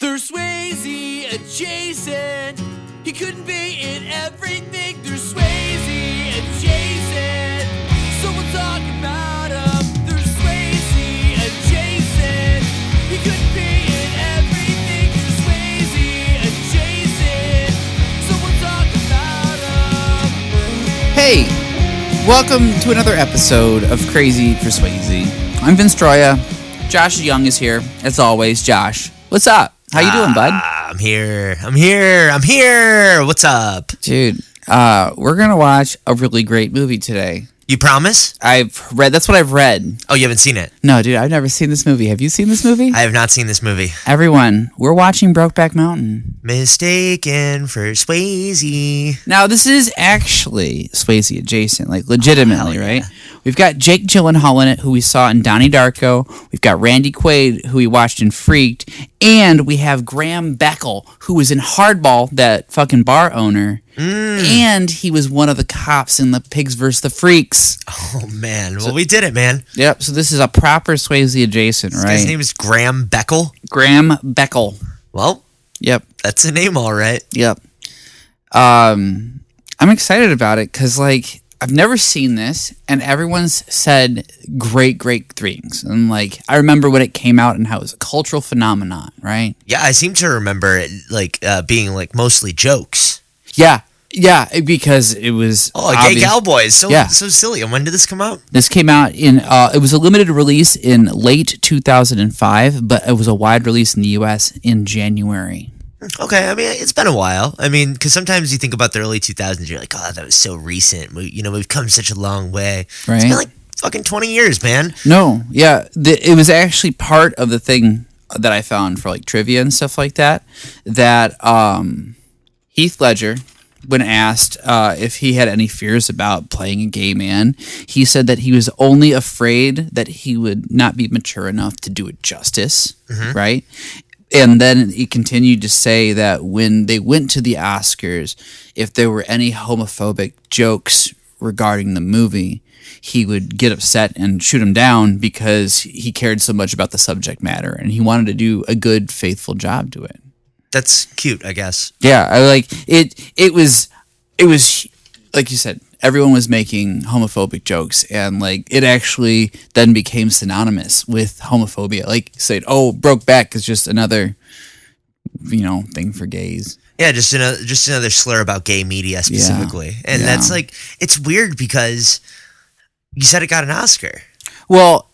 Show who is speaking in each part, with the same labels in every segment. Speaker 1: They're Swayze adjacent. He couldn't be in everything. They're Swayze adjacent. Someone talk about him. They're Swayze adjacent. He couldn't be in everything. They're Swayze adjacent. Someone talk about him.
Speaker 2: Hey, welcome to another episode of Crazy for Swayze. I'm Vince Troya. Josh Young is here, as always. Josh, what's up? How you doing, bud?
Speaker 3: Ah, I'm here. I'm here. I'm here. What's up?
Speaker 2: Dude, uh, we're gonna watch a really great movie today.
Speaker 3: You promise?
Speaker 2: I've read. That's what I've read.
Speaker 3: Oh, you haven't seen it.
Speaker 2: No, dude, I've never seen this movie. Have you seen this movie?
Speaker 3: I have not seen this movie.
Speaker 2: Everyone, we're watching Brokeback Mountain.
Speaker 3: Mistaken for Swayze.
Speaker 2: Now, this is actually Swayze adjacent, like legitimately, right? We've got Jake Gyllenhaal in it, who we saw in Donnie Darko. We've got Randy Quaid, who we watched in Freaked, and we have Graham Beckel, who was in Hardball, that fucking bar owner, Mm. and he was one of the cops in the Pigs vs. the Freaks.
Speaker 3: Oh man. Well, we did it, man.
Speaker 2: Yep. So this is a proper Swayze adjacent,
Speaker 3: His
Speaker 2: right?
Speaker 3: name is Graham Beckel.
Speaker 2: Graham Beckel.
Speaker 3: Well,
Speaker 2: Yep.
Speaker 3: that's a name, all right.
Speaker 2: Yep. Um, I'm excited about it because like I've never seen this, and everyone's said great, great things. And like I remember when it came out and how it was a cultural phenomenon, right?
Speaker 3: Yeah, I seem to remember it like uh, being like mostly jokes.
Speaker 2: Yeah, yeah, it- because it was.
Speaker 3: Oh, gay
Speaker 2: obvious-
Speaker 3: cowboys. So
Speaker 2: Yeah.
Speaker 3: so silly. And when did this come out?
Speaker 2: This came out in. Uh, it was a limited release in late 2005, but it was a wide release in the U.S. in January.
Speaker 3: Okay, I mean it's been a while. I mean, because sometimes you think about the early 2000s, you're like, oh, that was so recent. We, you know, we've come such a long way. It's
Speaker 2: Right.
Speaker 3: been like fucking 20 years, man.
Speaker 2: No, yeah, the, it was actually part of the thing that I found for like trivia and stuff like that. That um, Heath Ledger, when asked uh, if he had any fears about playing a gay man, he said that he was only afraid that he would not be mature enough to do it justice, right? And then he continued to say that when they went to the Oscars, if there were any homophobic jokes regarding the movie, he would get upset and shoot him down because he cared so much about the subject matter and he wanted to do a good, faithful job to it.
Speaker 3: That's cute, I guess.
Speaker 2: Yeah, I like it. It was, it was, like you said, everyone was making homophobic jokes, and like it actually then became synonymous with homophobia. Like you said, oh, broke back is just another, you know, thing for gays.
Speaker 3: Yeah, just another just another slur about gay media specifically, and
Speaker 2: Yeah.
Speaker 3: that's like it's weird because you said it got an Oscar.
Speaker 2: Well,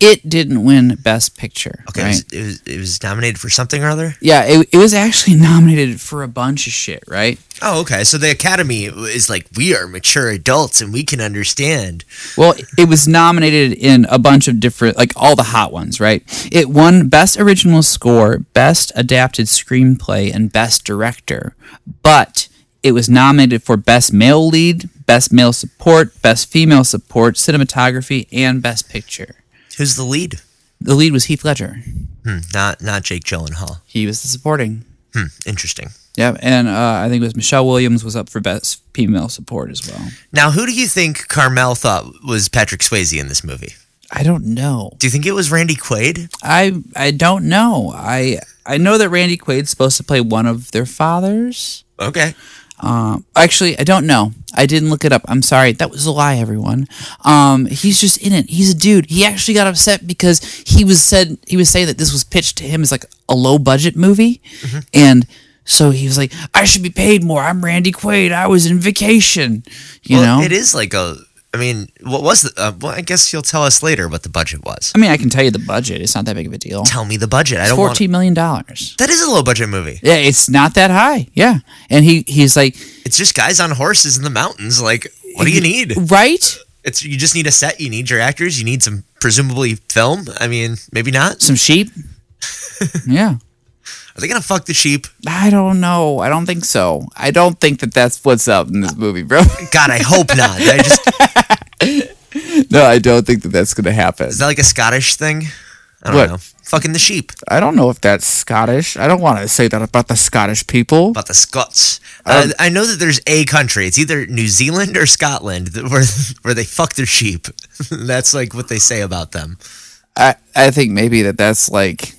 Speaker 2: it didn't win Best Picture.
Speaker 3: Okay,
Speaker 2: right?
Speaker 3: it, was, it was it was nominated for something or other.
Speaker 2: yeah, it, it was actually nominated for a bunch of shit, right?
Speaker 3: Oh, okay. So the Academy is like we are mature adults and we can understand.
Speaker 2: Well, it was nominated in a bunch of different, like all the hot ones, right? It won Best Original Score, Best Adapted Screenplay, and Best Director. But it was nominated for Best Male Lead, Best Male Support, Best Female Support, Cinematography, and Best Picture.
Speaker 3: Who's the lead?
Speaker 2: The lead was Heath Ledger.
Speaker 3: Hmm, not not Jake Gyllenhaal.
Speaker 2: He was the supporting.
Speaker 3: Hmm, interesting.
Speaker 2: Yep, and uh, I think it was Michelle Williams was up for Best Female Support as well.
Speaker 3: Now, who do you think Carmel thought was Patrick Swayze in this movie?
Speaker 2: I don't know.
Speaker 3: Do you think it was Randy Quaid?
Speaker 2: I I don't know. I I know that Randy Quaid's supposed to play one of their fathers.
Speaker 3: Okay.
Speaker 2: Um, actually, I don't know. I didn't look it up. I'm sorry. That was a lie, everyone. Um, he's just in it. He's a dude. He actually got upset because he was said he was saying that this was pitched to him as like a low budget movie,
Speaker 3: Mm-hmm.
Speaker 2: and so he was like, "I should be paid more. I'm Randy Quaid. I was in vacation." You
Speaker 3: well,
Speaker 2: know.
Speaker 3: it is like a. I mean, what was the? Uh, well, I guess you'll tell us later what the budget was.
Speaker 2: I mean, I can tell you the budget. It's not that big of a deal.
Speaker 3: Tell me the budget. I
Speaker 2: It's
Speaker 3: don't want.
Speaker 2: fourteen million dollars.
Speaker 3: That is a low budget movie.
Speaker 2: Yeah, it's not that high. Yeah, and he he's like,
Speaker 3: It's just guys on horses in the mountains. Like, what do you need?
Speaker 2: right?
Speaker 3: It's you just need a set. You need your actors. You need some presumably film. I mean, maybe not.
Speaker 2: Some sheep. yeah.
Speaker 3: Are they gonna fuck the sheep?
Speaker 2: I don't know. I don't think so. I don't think that that's what's up in this movie, bro.
Speaker 3: God, I hope not. Did I just
Speaker 2: no, I don't think that that's going to happen.
Speaker 3: is that like a Scottish thing? I don't
Speaker 2: What?
Speaker 3: know. Fucking the sheep.
Speaker 2: I don't know if that's Scottish. I don't want to say that about the Scottish people.
Speaker 3: About the Scots. Uh, I know that there's a country. It's either New Zealand or Scotland that- where where they fuck their sheep. That's like what they say about them.
Speaker 2: I, I think maybe that that's like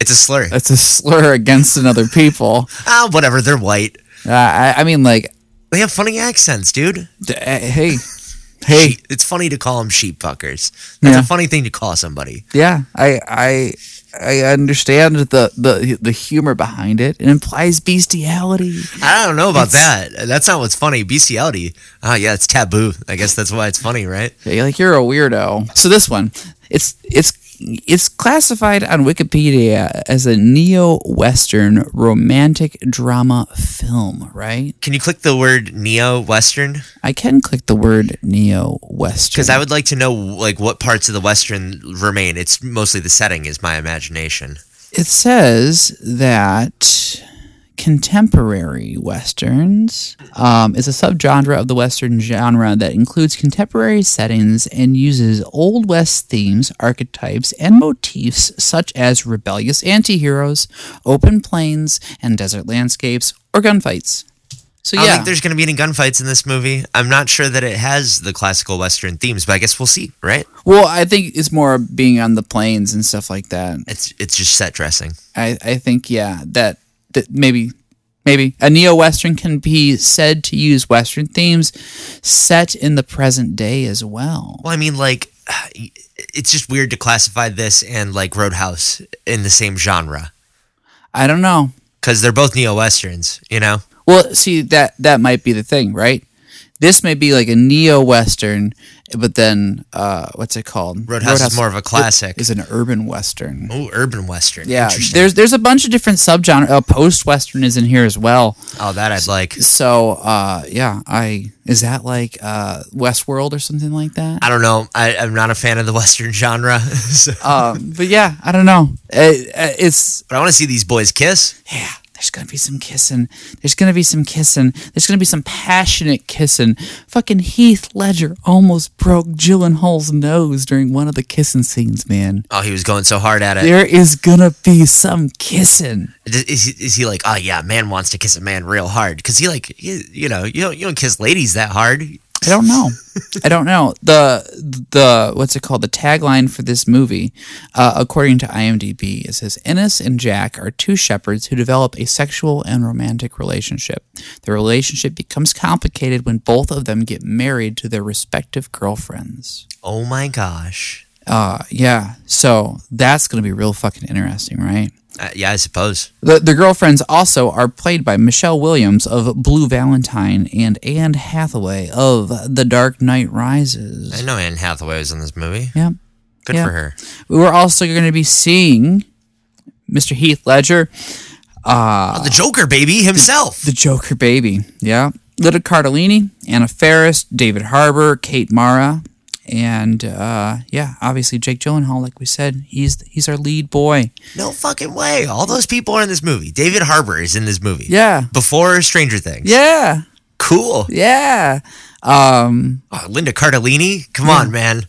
Speaker 3: It's a slur.
Speaker 2: That's a slur against another people.
Speaker 3: Ah, whatever. They're white.
Speaker 2: Uh, I, I mean, like,
Speaker 3: They have funny accents, dude.
Speaker 2: d- uh, hey, hey,
Speaker 3: Sheep- it's funny to call them sheep fuckers. That's
Speaker 2: Yeah.
Speaker 3: a funny thing to call somebody.
Speaker 2: yeah. I, I, I understand the the the humor behind it. It implies bestiality.
Speaker 3: I don't know about that. That's not what's funny. Bestiality. Ah, yeah, it's taboo. I guess that's why it's funny, right?
Speaker 2: Yeah, you're like you're a weirdo. So this one, it's it's it's classified on Wikipedia as a neo-western romantic drama film, right?
Speaker 3: Can you click the word neo western?
Speaker 2: I can click the word neo-western
Speaker 3: Because I would like to know like what parts of the western remain. It's mostly the setting is my imagination.
Speaker 2: It says that contemporary westerns um, is a subgenre of the western genre that includes contemporary settings and uses old west themes, archetypes, and motifs such as rebellious anti-heroes, open plains, and desert landscapes or gunfights. So
Speaker 3: I don't
Speaker 2: yeah,
Speaker 3: think there's going to be any gunfights in this movie. I'm not sure that it has the classical western themes, but I guess we'll see, right?
Speaker 2: well, I think it's more being on the plains and stuff like that.
Speaker 3: It's it's just set dressing.
Speaker 2: I, I think yeah that that maybe maybe a neo western can be said to use western themes set in the present day as well.
Speaker 3: Well, I mean, like, it's just weird to classify this and like Roadhouse in the same genre
Speaker 2: I don't know.
Speaker 3: because they're both neo westerns. You know,
Speaker 2: Well, see that that might be the thing, right? This may be like a neo western, but then uh, what's it called?
Speaker 3: Roadhouse is more of a classic.
Speaker 2: Is an urban western.
Speaker 3: oh, urban western.
Speaker 2: Yeah,
Speaker 3: Interesting.
Speaker 2: there's there's a bunch of different subgenre. Uh, Post western is in here as well.
Speaker 3: oh, that I'd like.
Speaker 2: So uh, yeah, I is that like uh, Westworld or something like that?
Speaker 3: I don't know. I, I'm not a fan of the western genre, so,
Speaker 2: um, but yeah, I don't know. It, it's
Speaker 3: but I want to see these boys kiss.
Speaker 2: yeah. There's gonna be some kissing. There's gonna be some kissing. There's gonna be some passionate kissing. Fucking Heath Ledger almost broke Gyllenhaal's nose during one of the kissing scenes, man.
Speaker 3: Oh, he was going so hard at it.
Speaker 2: There is gonna be some kissing.
Speaker 3: Is he, is he like, oh yeah, man wants to kiss a man real hard because he like, he, you know, you don't you don't kiss ladies that hard.
Speaker 2: I don't know. I don't know. The the what's it called? The tagline for this movie, uh, according to IMDb, it says Ennis and Jack are two shepherds who develop a sexual and romantic relationship. The relationship becomes complicated when both of them get married to their respective girlfriends.
Speaker 3: Oh my gosh.
Speaker 2: Uh, yeah. So that's gonna be real fucking interesting, right?
Speaker 3: Uh, yeah, I suppose.
Speaker 2: The, the girlfriends also are played by Michelle Williams of Blue Valentine and Anne Hathaway of The Dark Knight Rises.
Speaker 3: I know Anne Hathaway was in this movie.
Speaker 2: Yeah.
Speaker 3: Good
Speaker 2: Yeah.
Speaker 3: for her.
Speaker 2: We were also going to be seeing Mr. Heath Ledger,
Speaker 3: Oh, the Joker, baby, himself.
Speaker 2: the Joker baby. Yeah. Lita Cardellini, Anna Faris, David Harbour, Kate Mara, and uh, yeah, obviously Jake Gyllenhaal. Like we said, he's he's our lead boy.
Speaker 3: no fucking way. All those people are in this movie. David Harbour is in this movie.
Speaker 2: Yeah.
Speaker 3: Before Stranger Things.
Speaker 2: Yeah.
Speaker 3: Cool.
Speaker 2: Yeah. Um,
Speaker 3: Oh, Linda Cardellini. Come on, man.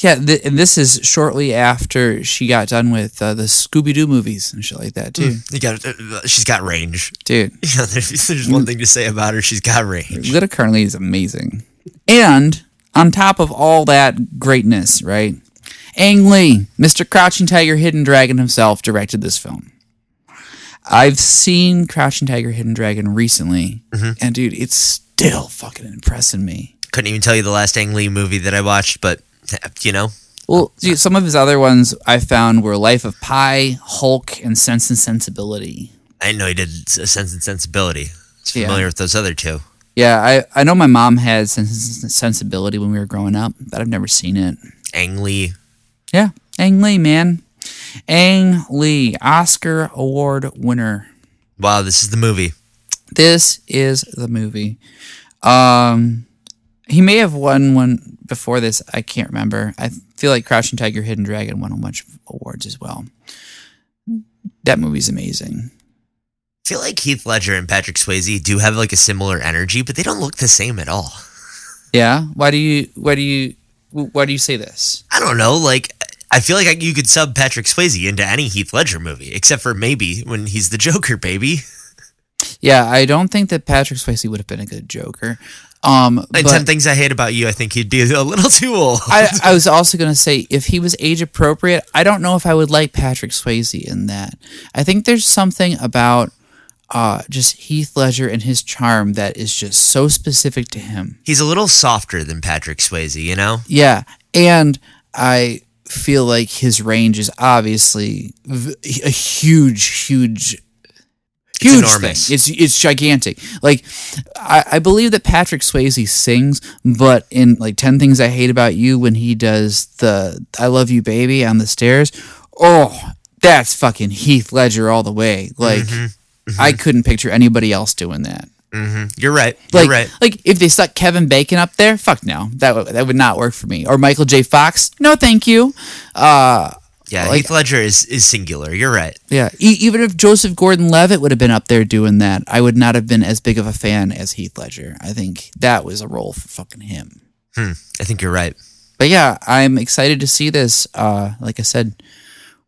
Speaker 2: yeah. Th- and this is shortly after she got done with uh, the Scooby Doo movies and shit like that too,
Speaker 3: You got. uh, uh, she's got range.
Speaker 2: dude.
Speaker 3: You know, there's, there's one thing to say about her. She's got range.
Speaker 2: Lita Carney is amazing. And on top of all that greatness, right? Ang Lee, Mr. Crouching Tiger, Hidden Dragon himself, directed this film. I've seen Crouching Tiger, Hidden Dragon recently, and dude, it's still fucking impressing me.
Speaker 3: Couldn't even tell you the last Ang Lee movie that I watched, but uh, you know,
Speaker 2: Well, dude, some of his other ones I found were Life of Pi, Hulk, and Sense and Sensibility.
Speaker 3: I didn't know he did S- Sense and Sensibility. It's
Speaker 2: Yeah.
Speaker 3: familiar with those other two.
Speaker 2: Yeah, I, I know my mom had Sense and Sensibility when we were growing up, but I've never seen it.
Speaker 3: Ang Lee.
Speaker 2: Yeah, Ang Lee, man. Ang Lee, Oscar Award winner.
Speaker 3: Wow, this is the movie.
Speaker 2: This is the movie. Um, he may have won one before this. I can't remember. I feel like Crouching Tiger, Hidden Dragon won a bunch of awards as well. That movie's amazing.
Speaker 3: I feel like Heath Ledger and Patrick Swayze do have like a similar energy, but they don't look the same at all.
Speaker 2: Yeah. Why do you? Why do you? Why do you say this?
Speaker 3: I don't know. Like, I feel like I, you could sub Patrick Swayze into any Heath Ledger movie, except for maybe when he's the Joker, baby.
Speaker 2: Yeah, I don't think that Patrick Swayze would have been a good Joker. Um,
Speaker 3: And
Speaker 2: but-
Speaker 3: ten things I hate about you. I think he'd be a little too old.
Speaker 2: I, I was also going to say if he was age appropriate, I don't know if I would like Patrick Swayze in that. I think there's something about uh, just Heath Ledger and his charm that is just so specific to him.
Speaker 3: He's a little softer than Patrick Swayze, you know.
Speaker 2: Yeah, and I feel like his range is obviously v- a huge, huge. Huge
Speaker 3: enormous.
Speaker 2: thing. It's it's gigantic. Like, I, I believe that Patrick Swayze sings, but in like Ten Things I Hate About You, when he does the "I Love You, Baby" on the stairs, oh, that's fucking Heath Ledger all the way. Like, I couldn't picture anybody else doing that.
Speaker 3: You're right. You're
Speaker 2: Like,
Speaker 3: right.
Speaker 2: like if they stuck Kevin Bacon up there, fuck no, that would that would not work for me. Or Michael J. Fox, no, thank you.
Speaker 3: Yeah,
Speaker 2: like-
Speaker 3: Heath Ledger is is singular. You're right.
Speaker 2: Yeah, e- even if Joseph Gordon-Levitt would have been up there doing that, I would not have been as big of a fan as Heath Ledger. I think that was a role for fucking him.
Speaker 3: I think you're right.
Speaker 2: But yeah, I'm excited to see this. Uh, like I said,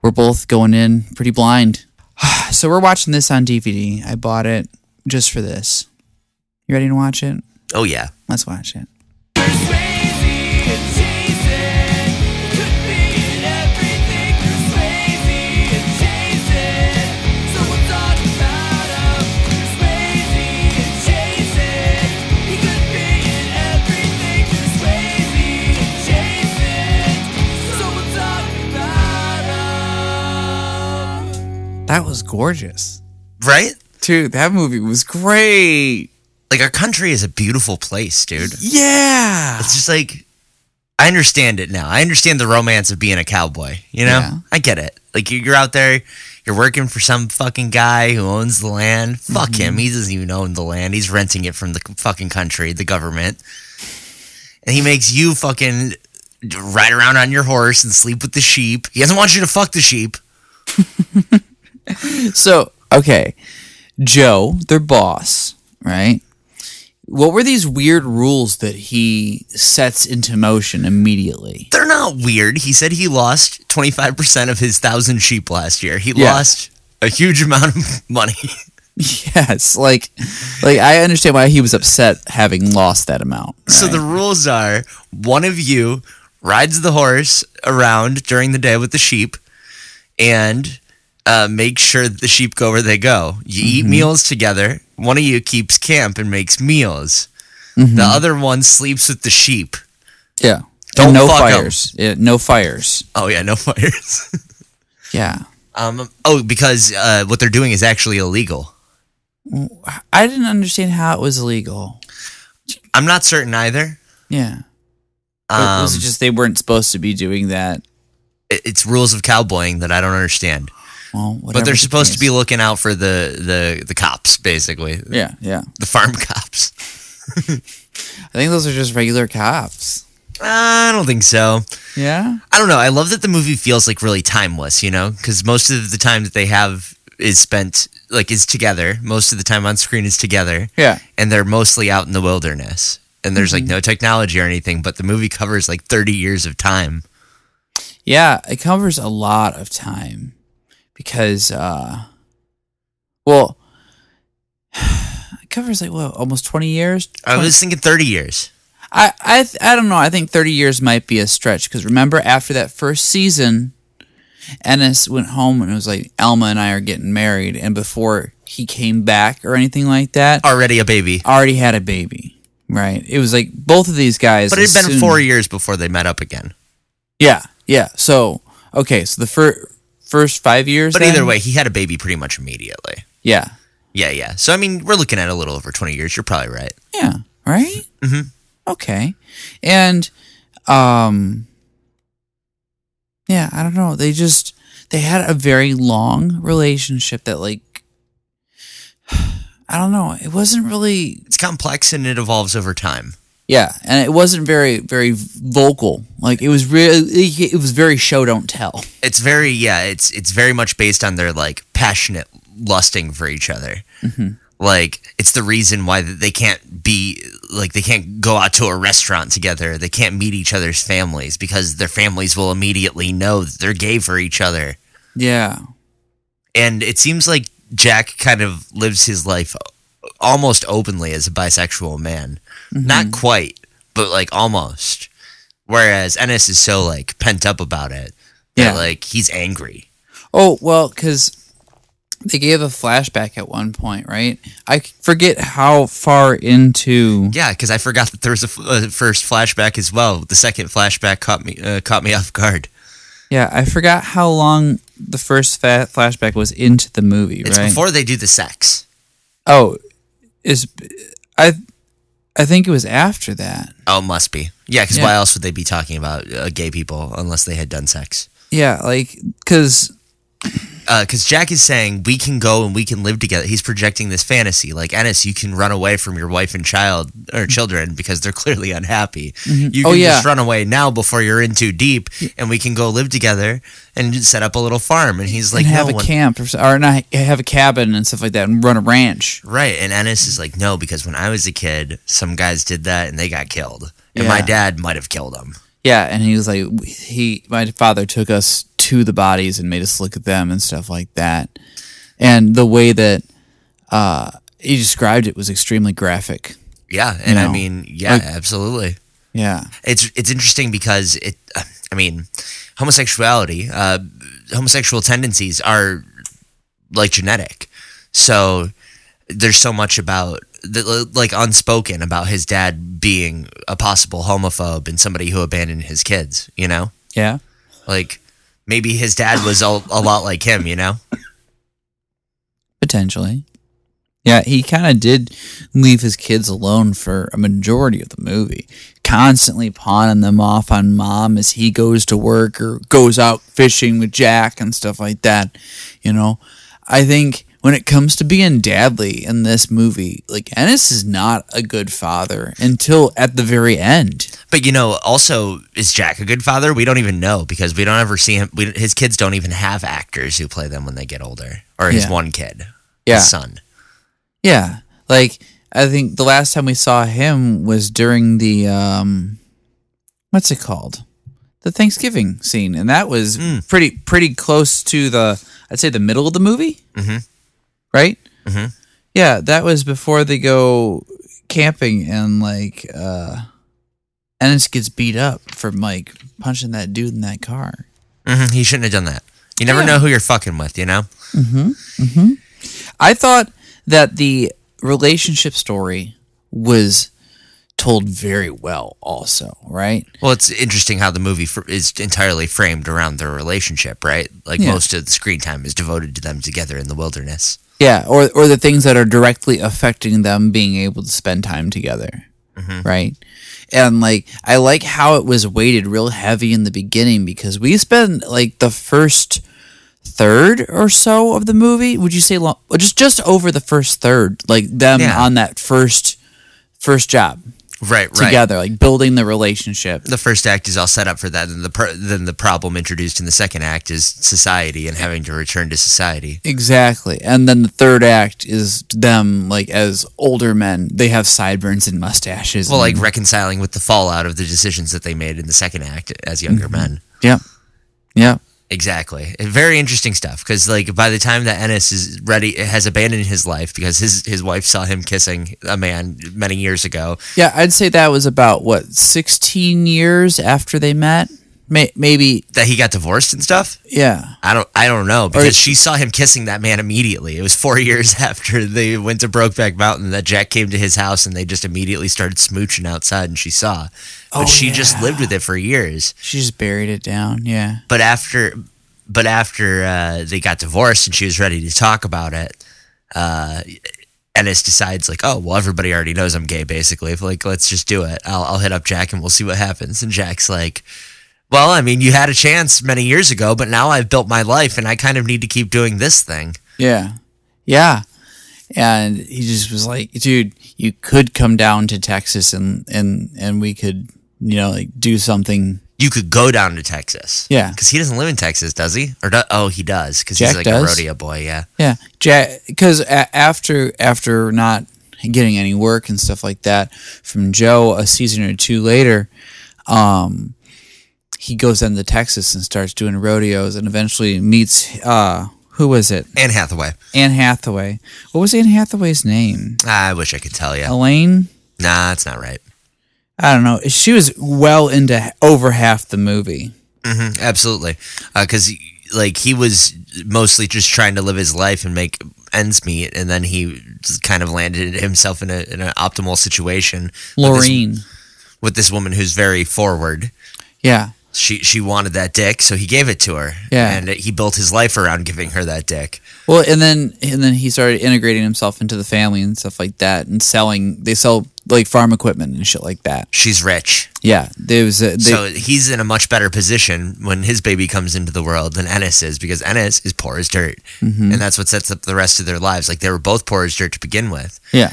Speaker 2: we're both going in pretty blind, so we're watching this on DVD. I bought it just for this. You ready to watch it?
Speaker 3: Oh yeah.
Speaker 2: Let's watch it. That was gorgeous,
Speaker 3: Right?
Speaker 2: dude. That movie was great.
Speaker 3: Like our country is a beautiful place, dude.
Speaker 2: Yeah.
Speaker 3: It's just like I understand it now. I understand the romance of being a cowboy. You know,
Speaker 2: Yeah.
Speaker 3: I get it. Like you- you're out there, you're working for some fucking guy who owns the land. Fuck
Speaker 2: Mm-hmm.
Speaker 3: him. He doesn't even own the land. He's renting it from the c- fucking country, the government, and he makes you fucking d- ride around on your horse and sleep with the sheep. He doesn't want you to fuck the sheep.
Speaker 2: So, okay. Joe, their boss, right? What were these weird rules that he sets into motion immediately?
Speaker 3: They're not weird. He said he lost 25% of his thousand sheep last year. He
Speaker 2: Yeah.
Speaker 3: lost a huge amount of money.
Speaker 2: Yes, like like I understand why he was upset having lost that amount.
Speaker 3: So
Speaker 2: right?
Speaker 3: the rules are one of you rides the horse around during the day with the sheep and uh, make sure that the sheep go where they go. You
Speaker 2: Mm-hmm.
Speaker 3: eat meals together. One of you keeps camp and makes meals.
Speaker 2: Mm-hmm.
Speaker 3: The other one sleeps with the sheep.
Speaker 2: yeah. And
Speaker 3: Don't
Speaker 2: no
Speaker 3: fuck 'em.
Speaker 2: fires. Yeah, no fires.
Speaker 3: Oh, yeah, no fires.
Speaker 2: Yeah.
Speaker 3: um, oh, because uh, what they're doing is actually illegal.
Speaker 2: I didn't understand how it was illegal.
Speaker 3: I'm not certain either.
Speaker 2: Yeah. Or
Speaker 3: Um,
Speaker 2: was it just they weren't supposed to be doing that?
Speaker 3: it- it's rules of cowboying that I don't understand.
Speaker 2: Well,
Speaker 3: But
Speaker 2: whatever
Speaker 3: they're
Speaker 2: the
Speaker 3: supposed to be
Speaker 2: case.
Speaker 3: looking out for the the the cops, basically,
Speaker 2: Yeah, yeah.
Speaker 3: the farm cops.
Speaker 2: I think those are just regular cops.
Speaker 3: I don't think so.
Speaker 2: Yeah.
Speaker 3: I don't know. I love that the movie feels like really timeless, you know, because most of the time that they have is spent like is together. Most of the time on screen is together,
Speaker 2: Yeah.
Speaker 3: and they're mostly out in the wilderness. And there's like no technology or anything, but the movie covers like 30 years of time.
Speaker 2: Yeah, it covers a lot of time because, uh, well, it covers like what almost twenty years.
Speaker 3: I was thinking 30 years.
Speaker 2: I I th- I don't know. I think thirty years might be a stretch because remember after that first season, Ennis went home and it was like Elma and I are getting married, and before he came back or anything like that,
Speaker 3: Already a baby.
Speaker 2: already had a baby. Right? It was like both of these guys.
Speaker 3: But it had been
Speaker 2: assumed-
Speaker 3: four years before they met up again.
Speaker 2: Yeah, yeah. So okay, so the fir- first five years.
Speaker 3: But
Speaker 2: then?
Speaker 3: either way, he had a baby pretty much immediately.
Speaker 2: yeah.
Speaker 3: Yeah, yeah. So I mean, we're looking at a little over twenty years. You're probably right.
Speaker 2: Yeah. Right. Mm-hmm. Okay. And, um, yeah, I don't know. They just they had a very long relationship that like, I don't know. It wasn't really
Speaker 3: It's complex and it evolves over time.
Speaker 2: yeah, and it wasn't very very vocal. Like it was really it was very show don't tell.
Speaker 3: It's very yeah. It's it's very much based on their like passionate lusting for each other. Like it's the reason why they can't be like they can't go out to a restaurant together. They can't meet each other's families because their families will immediately know that they're gay for each other.
Speaker 2: Yeah.
Speaker 3: And it seems like Jack kind of lives his life uh, almost openly as a bisexual man. Not quite, but like almost. Whereas Ennis is so like pent up about it.
Speaker 2: Yeah.
Speaker 3: that like he's angry.
Speaker 2: Oh well, because they gave a flashback at one point, right? I forget how far into.
Speaker 3: Yeah, because I forgot that there was a f- uh, first flashback as well. The second flashback caught me uh, caught me off guard.
Speaker 2: Yeah, I forgot how long the first fa- flashback was into the movie,
Speaker 3: It's
Speaker 2: right?
Speaker 3: before they do the sex.
Speaker 2: oh, is I? I think it was after that.
Speaker 3: Oh, it must be. Yeah, because
Speaker 2: Yeah.
Speaker 3: why else would they be talking about uh, gay people unless they had done sex?
Speaker 2: Yeah, like because
Speaker 3: Because Jack is saying we can go and we can live together. He's projecting this fantasy, like Ennis, you can run away from your wife and child or children because they're clearly unhappy. You
Speaker 2: Oh,
Speaker 3: can
Speaker 2: yeah.
Speaker 3: just run away now before you're in too deep, and we can go live together and just set up a little farm. And he's like,
Speaker 2: and have
Speaker 3: no,
Speaker 2: a
Speaker 3: when-
Speaker 2: camp or, s- or not have a cabin and stuff like that and run a ranch.
Speaker 3: Right. And Ennis is like, no, because when I was a kid, some guys did that and they got killed. And my
Speaker 2: Yeah.
Speaker 3: dad might have killed them.
Speaker 2: Yeah, and he was like, w- he my father took us to the bodies and made us look at them and stuff like that, and the way that uh, he described it was extremely graphic.
Speaker 3: Yeah. And I
Speaker 2: No.
Speaker 3: mean, yeah,
Speaker 2: Like-
Speaker 3: absolutely.
Speaker 2: Yeah,
Speaker 3: It's it's interesting because it, I mean, homosexuality, uh, homosexual tendencies are like genetic. So there's so much about the, like unspoken about his dad being a possible homophobe and somebody who abandoned his kids. You know,
Speaker 2: yeah,
Speaker 3: like maybe his dad was a, a lot like him. You know.
Speaker 2: potentially. Yeah, he kind of did leave his kids alone for a majority of the movie, constantly pawning them off on mom as he goes to work or goes out fishing with Jack and stuff like that. You know, I think when it comes to being dadly in this movie, like Ennis is not a good father until at the very end.
Speaker 3: But you know, also is Jack a good father? We don't even know because we don't ever see him. We, his kids don't even have actors who play them when they get older, or his
Speaker 2: Yeah.
Speaker 3: one kid,
Speaker 2: Yeah.
Speaker 3: his son.
Speaker 2: Yeah. Like I think the last time we saw him was during the um what's it called? The Thanksgiving scene. And that was pretty pretty close to the I'd say the middle of the movie. Mm-hmm. Right? Mm-hmm. Yeah, that was before they go camping and like uh Ennis gets beat up for like punching that dude in that car.
Speaker 3: hmm He shouldn't have done that. You never know who you're fucking with, you know?
Speaker 2: I thought that the relationship story was told very well, also, right?
Speaker 3: Well, it's interesting how the movie fr- is entirely framed around their relationship, right? Like
Speaker 2: Yeah.
Speaker 3: most of the screen time is devoted to them together in the wilderness.
Speaker 2: Yeah, or or the things that are directly affecting them being able to spend time together,
Speaker 3: Mm-hmm.
Speaker 2: right? And like I like how it was weighted real heavy in the beginning because we spend like the first third or so of the movie. Would you say long, just just over the first third, like them
Speaker 3: Yeah.
Speaker 2: on that first first job
Speaker 3: Right, right.
Speaker 2: together, like building the relationship.
Speaker 3: The first act is all set up for that, and the pro- then the problem introduced in the second act is society and having to return to society.
Speaker 2: Exactly. And then the third act is them like as older men. They have sideburns and mustaches.
Speaker 3: Well, like
Speaker 2: and,
Speaker 3: reconciling with the fallout of the decisions that they made in the second act as younger
Speaker 2: Mm-hmm.
Speaker 3: men.
Speaker 2: yeah. Yeah.
Speaker 3: Exactly. And Very interesting stuff. Because like by the time that Ennis is ready, has abandoned his life because his his wife saw him kissing a man many years ago.
Speaker 2: Yeah, I'd say that was about what 16 years after they met. May- maybe
Speaker 3: That he got divorced and stuff.
Speaker 2: yeah.
Speaker 3: I don't. I don't know because she saw him kissing that man immediately. It was four years after they went to Brokeback Mountain that Jack came to his house and they just immediately started smooching outside and she saw. But
Speaker 2: Oh,
Speaker 3: she just
Speaker 2: yeah.
Speaker 3: lived with it for years.
Speaker 2: She just buried it down. Yeah.
Speaker 3: but after but after uh, they got divorced and she was ready to talk about it uh, ennis decides like oh well everybody already knows i'm gay basically like let's just do it I'll, I'll hit up jack and we'll see what happens and jack's like well i mean you had a chance many years ago but now i've built my life and i kind of need to keep doing this thing
Speaker 2: Yeah. Yeah. And he just was like, dude, you could come down to Texas and and and we could, you know, like do something.
Speaker 3: you could go down to texas
Speaker 2: Yeah.
Speaker 3: because he doesn't live in texas does he or do- oh he does because he's
Speaker 2: Jack
Speaker 3: like
Speaker 2: does?
Speaker 3: a rodeo boy yeah
Speaker 2: Yeah, Jack. Because a- after after not getting any work and stuff like that from Joe, a season or two later, um, he goes down to Texas and starts doing rodeos, and eventually meets uh, who was it?
Speaker 3: Anne Hathaway.
Speaker 2: Anne Hathaway. What was Anne Hathaway's name?
Speaker 3: I wish I could tell you.
Speaker 2: Elaine.
Speaker 3: Nah, it's not right.
Speaker 2: I don't know. She was well into h- over half the movie.
Speaker 3: Mhm, Absolutely, because like he was mostly just trying to live his life and make ends meet, and then he just kind of landed himself in a in an optimal situation. with this,
Speaker 2: Lorraine.
Speaker 3: with this woman who's very forward.
Speaker 2: Yeah.
Speaker 3: She she wanted that dick, so he gave it to her.
Speaker 2: Yeah.
Speaker 3: and he built his life around giving her that dick.
Speaker 2: Well, and then and then he started integrating himself into the family and stuff like that, and selling. They sell like farm equipment and shit like that.
Speaker 3: She's rich,
Speaker 2: Yeah, there was a, they,
Speaker 3: so he's in a much better position when his baby comes into the world than Ennis is because Ennis is poor as dirt,
Speaker 2: Mm-hmm.
Speaker 3: and that's what sets up the rest of their lives. Like they were both poor as dirt to begin with.
Speaker 2: yeah.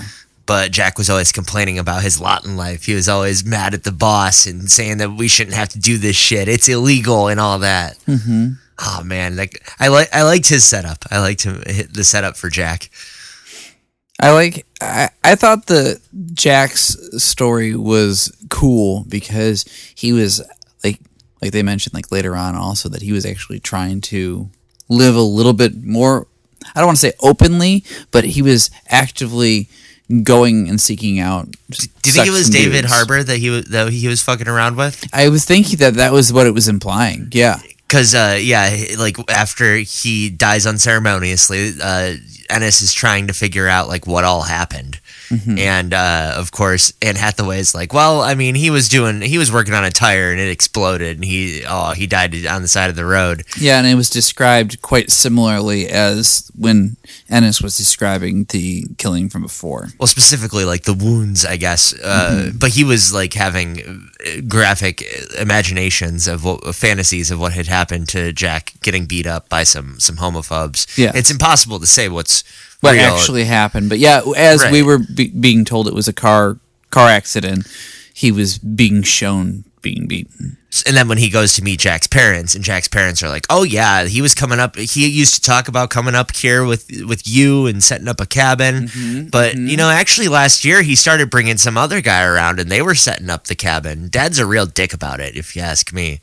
Speaker 3: but Jack was always complaining about his lot in life. He was always mad at the boss and saying that we shouldn't have to do this shit. It's illegal and all that. Mm-hmm. Oh man, like I like I liked his setup. I liked him hit the setup for Jack.
Speaker 2: I like. I, I thought the Jack's story was cool because he was like, like they mentioned like later on also that he was actually trying to live a little bit more. I don't want to say openly, but he was actively going and seeking out.
Speaker 3: Do you think it was David
Speaker 2: dudes.
Speaker 3: Harbour that he wa- that he was fucking around with?
Speaker 2: I was thinking that that was what it was implying. Yeah,
Speaker 3: Because uh, yeah, like after he dies unceremoniously, uh, Ennis is trying to figure out like what all happened.
Speaker 2: Mm-hmm.
Speaker 3: And uh, of course, Anne Hathaway is like, "Well, I mean, he was doing, he was working on a tire, and it exploded, and he, oh, he died on the side of the road."
Speaker 2: yeah, and it was described quite similarly as when Ennis was describing the killing from before.
Speaker 3: Well, specifically like the wounds, I guess. Uh,
Speaker 2: Mm-hmm.
Speaker 3: But he was like having uh, graphic imaginations of what fantasies of what had happened to Jack getting beat up by some some homophobes.
Speaker 2: Yeah.
Speaker 3: it's impossible to say what's
Speaker 2: what
Speaker 3: real.
Speaker 2: actually happened. But yeah, as we
Speaker 3: Right.
Speaker 2: were be- being told it was a car car accident, he was being shown being beaten.
Speaker 3: and then when he goes to meet Jack's parents, and Jack's parents are like, "Oh yeah, he was coming up. He used to talk about coming up here with with you and setting up a cabin,
Speaker 2: Mm-hmm,
Speaker 3: but you know, actually last year he started bringing some other guy around, and they were setting up the cabin. Dad's a real dick about it, if you ask me.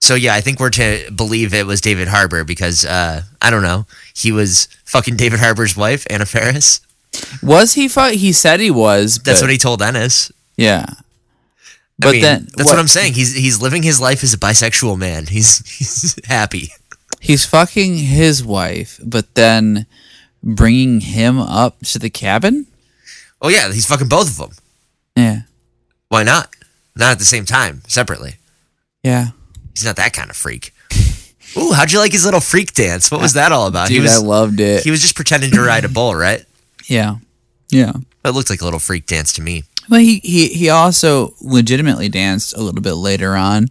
Speaker 3: So yeah, I think we're to believe it was David Harbour because uh, I don't know, he was fucking David Harbour's wife, Anna Ferris.
Speaker 2: Was he? Fu- he said he was.
Speaker 3: That's
Speaker 2: but-
Speaker 3: what he told Ennis.
Speaker 2: Yeah. But
Speaker 3: I mean,
Speaker 2: then
Speaker 3: that's what, I'm saying. He's he's living his life as a bisexual man. He's he's happy.
Speaker 2: He's fucking his wife, but then bringing him up to the cabin.
Speaker 3: Oh yeah, he's fucking both of them.
Speaker 2: Yeah.
Speaker 3: Why not? Not at the same time, separately.
Speaker 2: Yeah.
Speaker 3: He's not that kind of freak. Ooh, how'd you like his little freak dance? What was that all about?
Speaker 2: Dude,
Speaker 3: he was
Speaker 2: I loved it.
Speaker 3: he was just pretending to ride a bull, right?
Speaker 2: yeah. Yeah.
Speaker 3: But it looked like a little freak dance to me.
Speaker 2: Well, he, he, he also legitimately danced a little bit later on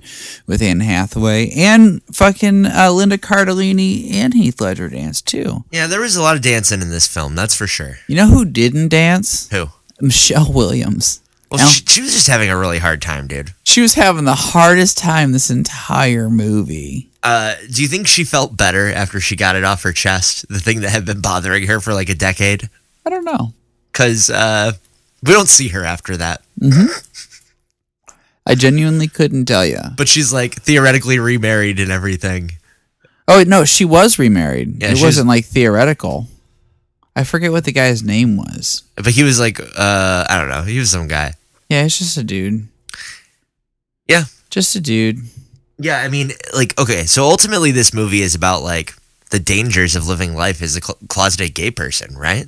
Speaker 2: with Anne Hathaway and fucking uh, Linda Cardellini and Heath Ledger danced too.
Speaker 3: Yeah, there was a lot of dancing in this film, that's for sure.
Speaker 2: You know who didn't dance?
Speaker 3: Who?
Speaker 2: Michelle Williams.
Speaker 3: Well,
Speaker 2: Now,
Speaker 3: she, she was just having a really hard time, dude.
Speaker 2: she was having the hardest time this entire movie.
Speaker 3: Uh, do you think she felt better after she got it off her chest? The thing that had been bothering her for like a decade?
Speaker 2: I don't know.
Speaker 3: Because uh, we don't see her after that.
Speaker 2: I genuinely couldn't tell you.
Speaker 3: But she's like theoretically remarried and everything.
Speaker 2: Oh no, she was remarried.
Speaker 3: Yeah,
Speaker 2: it
Speaker 3: she was-
Speaker 2: wasn't like theoretical. I forget what the guy's name was.
Speaker 3: But he was like, uh, I don't know. He was some guy.
Speaker 2: Yeah, it's just a dude.
Speaker 3: Yeah.
Speaker 2: Just a dude.
Speaker 3: Yeah. I mean, like, okay. So ultimately, this movie is about like the dangers of living life as a cl- closeted gay person, right?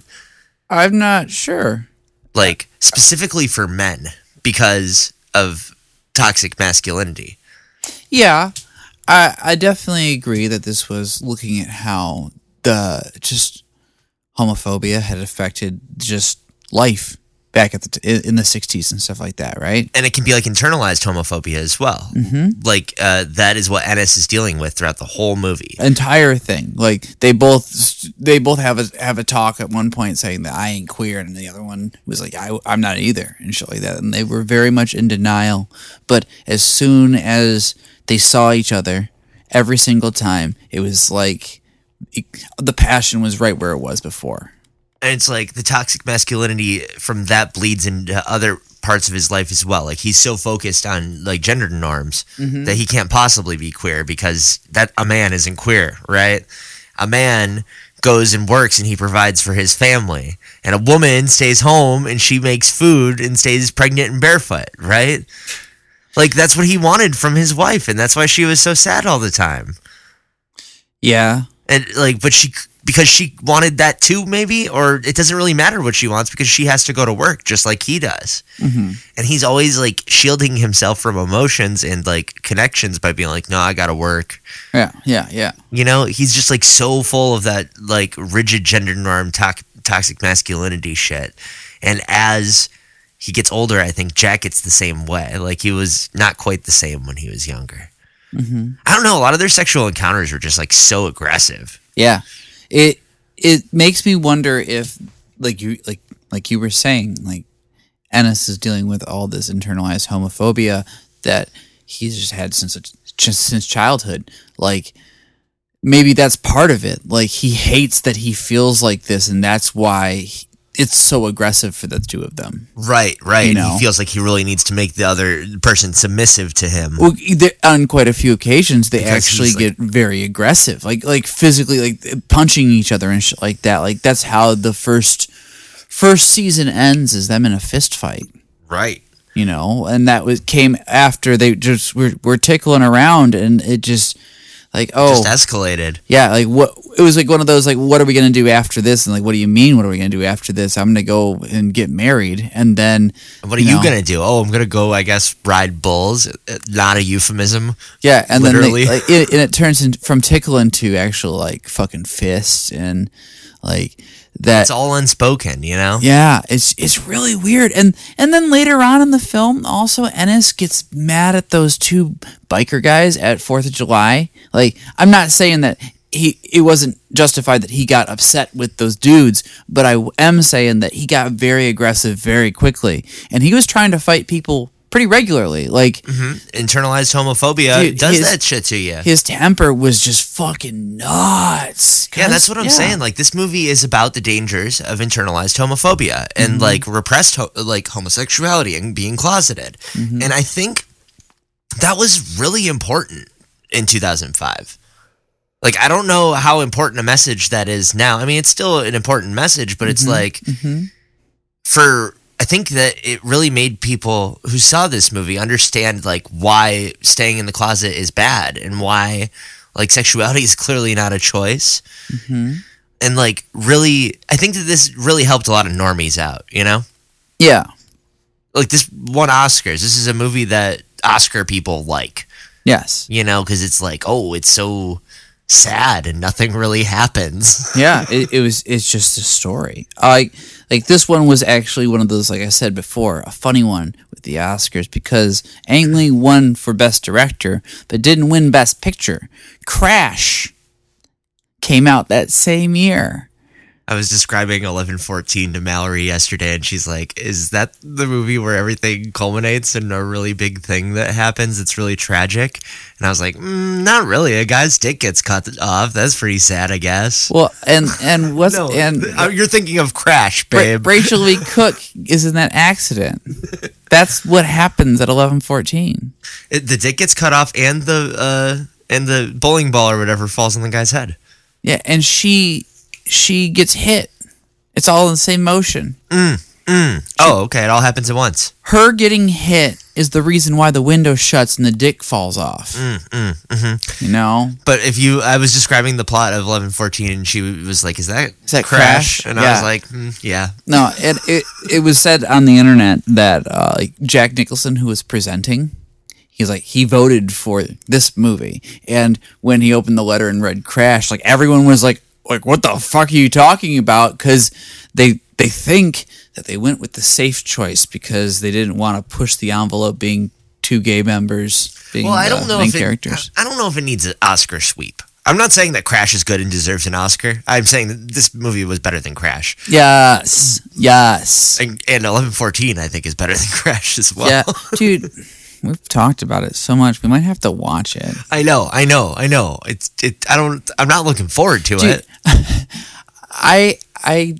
Speaker 2: I'm not sure.
Speaker 3: Like, specifically for men because of toxic masculinity.
Speaker 2: Yeah, I I definitely agree that this was looking at how the just homophobia had affected just life back at the t- in- in the '60s and stuff like that, right?
Speaker 3: And it can be like internalized homophobia as well. Mm-hmm. Like, uh, that is what Ennis is dealing with throughout the whole movie.
Speaker 2: Entire thing, like they both they both have a have a talk at one point saying that I ain't queer, and the other one was like I I'm not either, and shit like that, and they were very much in denial. But as soon as they saw each other, every single time, it was like. It, the passion was right where it was before.
Speaker 3: and it's like the toxic masculinity from that bleeds into other parts of his life as well like he's so focused on like gender norms that he can't possibly be queer because that a man isn't queer right a man goes and works and he provides for his family, and a woman stays home and she makes food and stays pregnant and barefoot, right? Like that's what he wanted from his wife, and that's why she was so sad all the time.
Speaker 2: Yeah.
Speaker 3: And like, but she because she wanted that too, maybe, or it doesn't really matter what she wants because she has to go to work just like he does. And he's always like shielding himself from emotions and like connections by being like, "No, I gotta work."
Speaker 2: Yeah. Yeah. Yeah.
Speaker 3: You know, he's just like so full of that like rigid gender norm toc- toxic masculinity shit. And as he gets older, I think Jack gets the same way. Like he was not quite the same when he was younger. I don't know. A lot of their sexual encounters were just like so aggressive.
Speaker 2: Yeah. It it makes me wonder if like you like like you were saying, like Ennis is dealing with all this internalized homophobia that he's just had since just since childhood. Like maybe that's part of it. Like he hates that he feels like this and that's why he- it's so aggressive for the two of them.
Speaker 3: Right, right.
Speaker 2: You know?
Speaker 3: He feels like he really needs to make the other person submissive to him.
Speaker 2: Well, e, there, on quite a few occasions, they
Speaker 3: Because
Speaker 2: actually
Speaker 3: he's, like-
Speaker 2: get very aggressive, like like physically, like uh, punching each other and shit like that. Like that's how the first first season ends is them in a fist fight,
Speaker 3: Right.
Speaker 2: you know. And that was came after they just were, were tickling around, and it just like oh
Speaker 3: Just escalated.
Speaker 2: yeah, like what it was like one of those like what are we gonna do after this? And like what do you mean? What are we gonna do after this? I'm gonna go and get married, and then
Speaker 3: What are you,
Speaker 2: know,
Speaker 3: gonna do? Oh, I'm gonna go. I guess ride bulls. Uh, Not a euphemism.
Speaker 2: Yeah, and
Speaker 3: Literally.
Speaker 2: then they, like, it, and it turns in, from tickle into actual like fucking fists and like that.
Speaker 3: It's all unspoken, you know.
Speaker 2: yeah, it's it's really weird. And and then later on in the film, also Ennis gets mad at those two biker guys at Fourth of July. Like I'm not saying that he it wasn't justified that he got upset with those dudes, but I am saying that he got very aggressive very quickly, and he was trying to fight people pretty regularly. Like
Speaker 3: Internalized homophobia
Speaker 2: Dude,
Speaker 3: does
Speaker 2: his-
Speaker 3: that shit to you.
Speaker 2: his temper was just fucking nuts.
Speaker 3: yeah,
Speaker 2: 'Cause-
Speaker 3: that's what I'm
Speaker 2: yeah.
Speaker 3: saying. Like this movie is about the dangers of internalized homophobia and like repressed ho- like homosexuality and being closeted. And I think that was really important in 2005. Like I don't know how important a message that is now. I mean, it's still an important message, but it's like for I think that it really made people who saw this movie understand like why staying in the closet is bad and why like sexuality is clearly not a choice. And like really I think that this really helped a lot of normies out, you know?
Speaker 2: Yeah,
Speaker 3: Like this won Oscars. This is a movie that Oscar people like,
Speaker 2: yes,
Speaker 3: you know, cuz it's like, oh, it's so sad and nothing really happens.
Speaker 2: yeah. it, it was. It's just a story. I like this one was actually one of those, like I said before, a funny one with the Oscars because Ang Lee won for Best Director, but didn't win Best Picture. Crash came out that same year.
Speaker 3: I was describing 1114 to Mallory yesterday, and she's like, Is that the movie where everything culminates in a really big thing that happens? It's really tragic. And I was like, mm, Not really. A guy's dick gets cut off. That's pretty sad, I guess.
Speaker 2: Well, and and what's
Speaker 3: No,
Speaker 2: and
Speaker 3: th- uh, you're thinking of Crash,
Speaker 2: Ra-
Speaker 3: babe.
Speaker 2: Rachel Lee Cook is in that accident. That's what happens at eleven fourteen.
Speaker 3: It- the dick gets cut off, and the uh, and the bowling ball or whatever falls on the guy's head.
Speaker 2: Yeah, and she she gets hit. It's all in the same motion.
Speaker 3: Oh, okay. It all happens at once.
Speaker 2: Her getting hit is the reason why the window shuts and the dick falls off. You know,
Speaker 3: But if you, I was describing the plot of 1114, and she was like, Is that,
Speaker 2: Is that Crash?
Speaker 3: And I
Speaker 2: Yeah.
Speaker 3: was like, mm, Yeah.
Speaker 2: no, it it, it was said on the internet that uh, like Jack Nicholson, who was presenting, he's like he voted for this movie, and when he opened the letter and read Crash, like everyone was like, like what the fuck are you talking about? Because they they think that they went with the safe choice because they didn't want to push the envelope being two gay members being
Speaker 3: Well, I
Speaker 2: the
Speaker 3: don't know
Speaker 2: main
Speaker 3: if it,
Speaker 2: characters.
Speaker 3: I I don't know if it needs an Oscar sweep. I'm not saying that Crash is good and deserves an Oscar. I'm saying that this movie was better than Crash,
Speaker 2: Yes, yes.
Speaker 3: and, and 1114 I think is better than Crash as well.
Speaker 2: Yeah, dude, we've talked about it so much. We might have to watch it.
Speaker 3: I know, I know, I know. It's it. I don't. I'm not looking forward to
Speaker 2: Dude,
Speaker 3: it.
Speaker 2: I I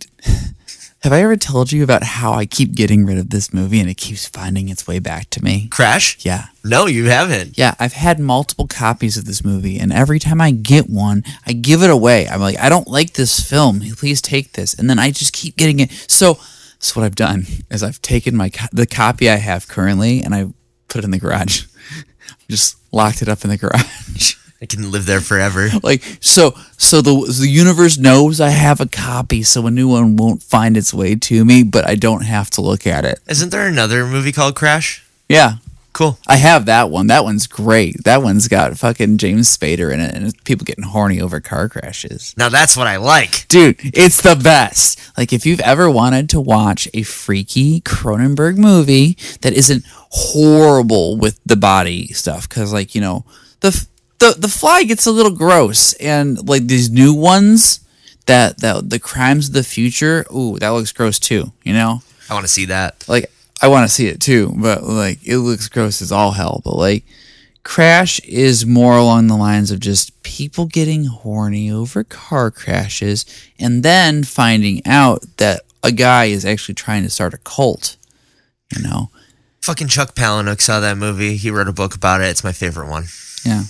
Speaker 2: Have I ever told you about how I keep getting rid of this movie and it keeps finding its way back to me?
Speaker 3: Crash?
Speaker 2: Yeah.
Speaker 3: No, you haven't.
Speaker 2: Yeah, I've had multiple copies of this movie, and every time I get one, I give it away. I'm like, I don't like this film. Please take this, and then I just keep getting it. So, so what I've done is I've taken my co- the copy I have currently, and I put it in the garage. just locked it up in the garage.
Speaker 3: I can live there forever.
Speaker 2: like so, so the the universe knows I have a copy, so a new one won't find its way to me, but I don't have to look at it.
Speaker 3: Isn't there another movie called Crash?
Speaker 2: Yeah,
Speaker 3: Cool.
Speaker 2: I have that one. That one's great. That one's got fucking James Spader in it, and it's people getting horny over car crashes.
Speaker 3: Now that's what I like.
Speaker 2: Dude, it's the best. Like, if you've ever wanted to watch a freaky Cronenberg movie that isn't horrible with the body stuff, because like you know the the the fly gets a little gross, and like these new ones that that the crimes of the future. Ooh, that looks gross too. You know,
Speaker 3: I want to see that.
Speaker 2: like I want to see it too, but like it looks gross as all hell. But like Crash is more along the lines of just people getting horny over car crashes and then finding out that a guy is actually trying to start a cult. You know?
Speaker 3: Fucking Chuck Palahniuk saw that movie. He wrote a book about it. It's my favorite one.
Speaker 2: Yeah.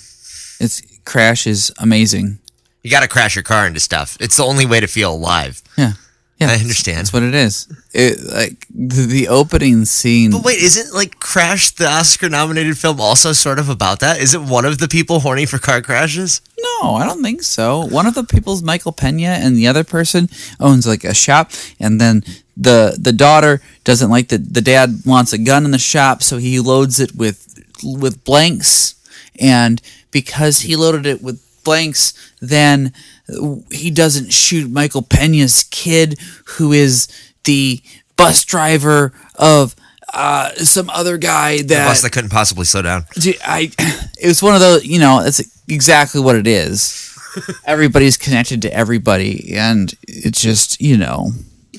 Speaker 2: It's Crash is amazing.
Speaker 3: You got to crash your car into stuff. It's the only way to feel alive.
Speaker 2: Yeah. Yeah.
Speaker 3: I understand.
Speaker 2: That's what it is. It like the, the opening scene
Speaker 3: But wait, isn't like Crash the Oscar nominated film also sort of about that? Isn't one of the people horny for car crashes?
Speaker 2: No, I don't think so. One of the people's Michael Pena, and the other person owns like a shop, and then the the daughter doesn't like the the dad wants a gun in the shop, so he loads it with with blanks, and because he loaded it with blanks, then uh, he doesn't shoot Michael Pena's kid, who is the bus driver of uh, some other guy that
Speaker 3: Plus, they couldn't possibly slow down.
Speaker 2: Dude, I it was one of those you know that's exactly what it is. Everybody's connected to everybody, and it's just you know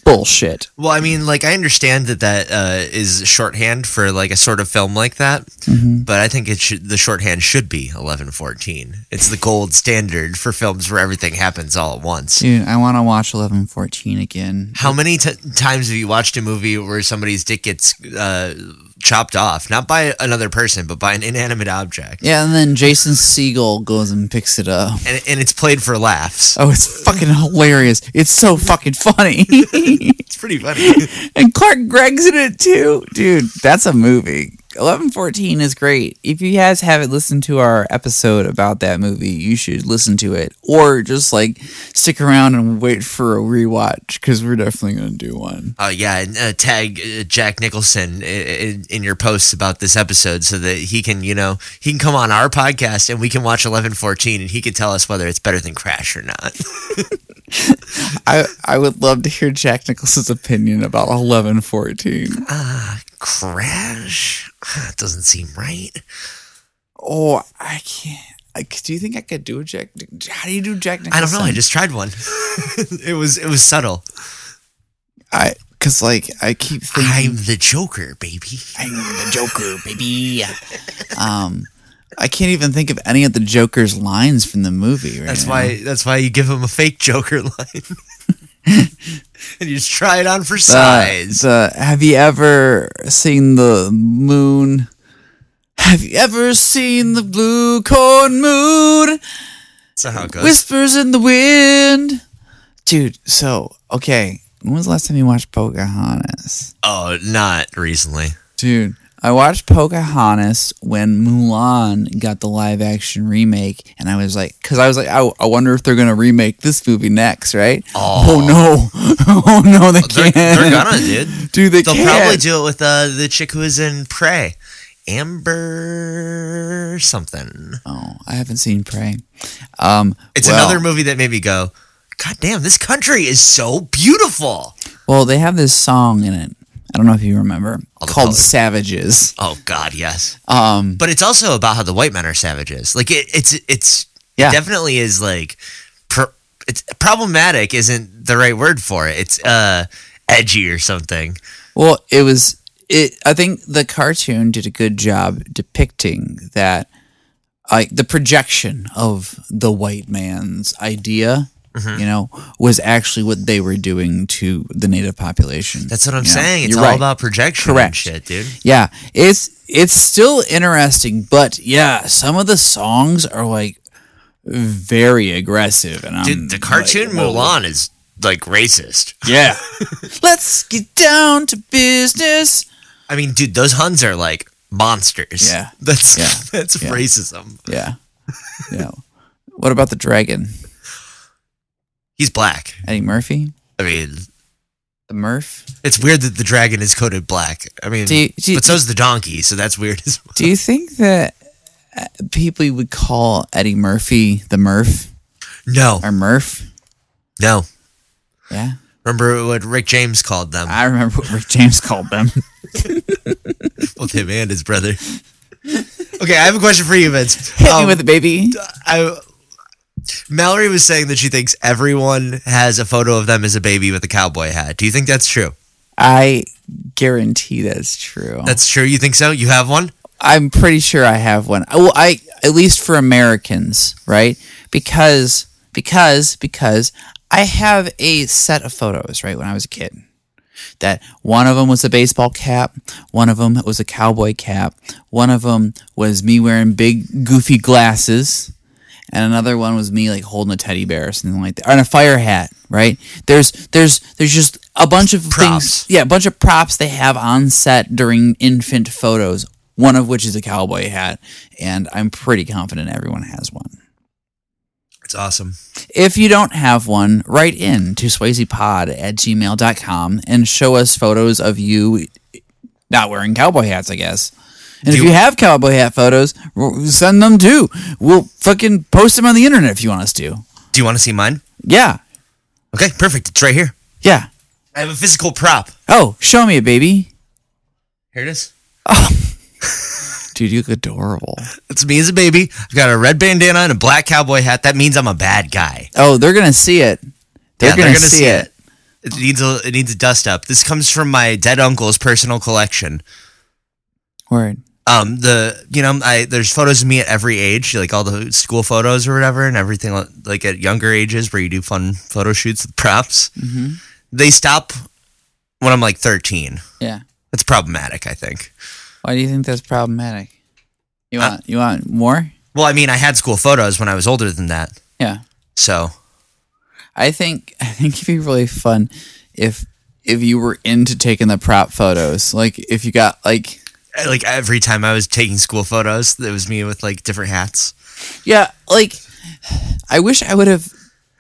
Speaker 2: bullshit.
Speaker 3: Well, I mean, like I understand that that uh, is shorthand for like a sort of film like that,
Speaker 2: Mm-hmm.
Speaker 3: but I think it should the shorthand should be eleven fourteen. It's the gold standard for films where everything happens all at once.
Speaker 2: Dude, I want to watch eleven fourteen again.
Speaker 3: How many t- times have you watched a movie where somebody's dick gets uh, chopped off, not by another person, but by an inanimate object,
Speaker 2: Yeah, and then Jason Siegel goes and picks it up.
Speaker 3: and, and it's played for laughs?
Speaker 2: Oh, it's fucking hilarious! It's so fucking funny.
Speaker 3: It's pretty funny.
Speaker 2: and Clark Gregg's in it too, dude. That's a movie. Eleven fourteen is great. If you guys haven't listened to our episode about that movie, you should listen to it, or just like stick around and wait for a rewatch because we're definitely gonna do one.
Speaker 3: Oh yeah, and, uh, tag uh, Jack Nicholson in, in your posts about this episode so that he can, you know, he can come on our podcast and we can watch eleven fourteen and he can tell us whether it's better than Crash or not.
Speaker 2: I I would love to hear Jack Nicholson's opinion about eleven fourteen.
Speaker 3: Crash Ah, It doesn't seem right.
Speaker 2: Oh, I can't. I, do you think I could do a Jack? How do you do Jack Nicholson?
Speaker 3: I don't know. I just tried one. it was it was subtle.
Speaker 2: I because like I keep thinking.
Speaker 3: I'm the Joker, baby.
Speaker 2: I'm the Joker, baby. um, I can't even think of any of the Joker's lines from the movie. Right
Speaker 3: That's
Speaker 2: now.
Speaker 3: why that's why you give him a fake Joker line. and you just try it on for
Speaker 2: Uh,
Speaker 3: size.
Speaker 2: the- have you ever seen the moon? Have you ever seen the blue corn moon?
Speaker 3: That's not how it goes.
Speaker 2: Whispers in the wind. Dude, so, okay. When was the last time you watched Pocahontas?
Speaker 3: oh, not recently.
Speaker 2: Dude, I watched Pocahontas when Mulan got the live action remake, and I was like, because I was like, I, I wonder if they're going to remake this movie next, right? Oh, no. Oh no, they
Speaker 3: They're,
Speaker 2: can't.
Speaker 3: they're gonna, dude.
Speaker 2: Dude, they
Speaker 3: They'll
Speaker 2: can't.
Speaker 3: probably do it with uh, the chick who was in Prey, Amber something.
Speaker 2: Oh, I haven't seen Prey. Um,
Speaker 3: It's
Speaker 2: well-
Speaker 3: another movie that made me go, God damn, this country is so beautiful.
Speaker 2: Well, they have this song in it. I don't know if you remember,
Speaker 3: the
Speaker 2: called
Speaker 3: colors.
Speaker 2: "Savages."
Speaker 3: Oh God, yes.
Speaker 2: Um,
Speaker 3: But it's also about how the white men are savages. Like it, it's it's
Speaker 2: Yeah.
Speaker 3: it definitely is like, pro- it's problematic isn't the right word for it. It's uh edgy or something.
Speaker 2: Well, it was it I think the cartoon did a good job depicting that like the projection of the white man's idea
Speaker 3: Mm-hmm.
Speaker 2: you know, was actually what they were doing to the native population.
Speaker 3: That's what I'm
Speaker 2: you know?
Speaker 3: saying. It's
Speaker 2: You're
Speaker 3: all
Speaker 2: right.
Speaker 3: about projection
Speaker 2: Correct.
Speaker 3: and shit, dude.
Speaker 2: Yeah, it's it's still interesting, but yeah, some of the songs are like very aggressive, and I'm
Speaker 3: Dude, the cartoon
Speaker 2: Um, like, whoa.
Speaker 3: Mulan is like racist.
Speaker 2: Yeah, let's get down to business.
Speaker 3: I mean, dude, those Huns are like monsters.
Speaker 2: Yeah.
Speaker 3: That's
Speaker 2: Yeah.
Speaker 3: that's
Speaker 2: Yeah.
Speaker 3: racism.
Speaker 2: Yeah, yeah. What about the dragon,
Speaker 3: He's black.
Speaker 2: Eddie Murphy?
Speaker 3: I mean,
Speaker 2: The Murph?
Speaker 3: it's weird that the dragon is coated black. I mean,
Speaker 2: Do you- do you-
Speaker 3: but so's the donkey, so that's weird as well.
Speaker 2: Do you think that uh, people would call Eddie Murphy the Murph
Speaker 3: No,
Speaker 2: or Murph?
Speaker 3: no.
Speaker 2: Yeah,
Speaker 3: Remember what Rick James called them?
Speaker 2: I remember what Rick James called them.
Speaker 3: Both him and his brother. okay, I have a question for you, Vince.
Speaker 2: Hit me
Speaker 3: Um,
Speaker 2: with it, baby.
Speaker 3: I, Mallory was saying that she thinks everyone has a photo of them as a baby with a cowboy hat. Do you think that's true?
Speaker 2: I guarantee that's true.
Speaker 3: That's true. You think so? You have one?
Speaker 2: I'm pretty sure I have one. I- Well, I at least for Americans, right? Because because because I have a set of photos, right, when I was a kid. That one of them was a baseball cap, one of them was a cowboy cap, one of them was me wearing big goofy glasses, and another one was me like holding a teddy bear or something like that, or in a fire hat, right? There's there's there's just a bunch of
Speaker 3: Props.
Speaker 2: things, yeah, a bunch of props they have on set during infant photos. One of which is a cowboy hat, and I'm pretty confident everyone has one.
Speaker 3: It's awesome.
Speaker 2: If you don't have one, write in to SwazePod at gmail.com and show us photos of you not wearing cowboy hats, I guess. And if
Speaker 3: Do-
Speaker 2: you have cowboy hat photos, r- send them too. We'll fucking post them on the internet if you want us to.
Speaker 3: Do you want to see mine?
Speaker 2: Yeah.
Speaker 3: Okay, perfect. It's right here.
Speaker 2: Yeah.
Speaker 3: I have a physical prop.
Speaker 2: Oh, show me it, baby.
Speaker 3: Here it is.
Speaker 2: Dude, you look adorable.
Speaker 3: It's me as a baby. I've got a red bandana and a black cowboy hat. That means I'm a bad guy.
Speaker 2: Oh, they're going to see it. They're
Speaker 3: Yeah,
Speaker 2: going to see, it.
Speaker 3: It needs a it needs a dust up. This comes from my dead uncle's personal collection.
Speaker 2: Word.
Speaker 3: um the you know i there's photos of me at every age like all the school photos or whatever and everything li- like at younger ages where you do fun photo shoots with props
Speaker 2: Mm-hmm.
Speaker 3: they stop when i'm like 13
Speaker 2: Yeah.
Speaker 3: that's problematic i think
Speaker 2: Why do you think that's problematic? You
Speaker 3: Uh,
Speaker 2: want you want more?
Speaker 3: well i mean i had school photos when i was older than that
Speaker 2: Yeah.
Speaker 3: so
Speaker 2: I think I think it'd be really fun if if you were into taking the prop photos. Like if you got like
Speaker 3: I- like every time i was taking school photos it was me with like different hats
Speaker 2: yeah, like I wish I would have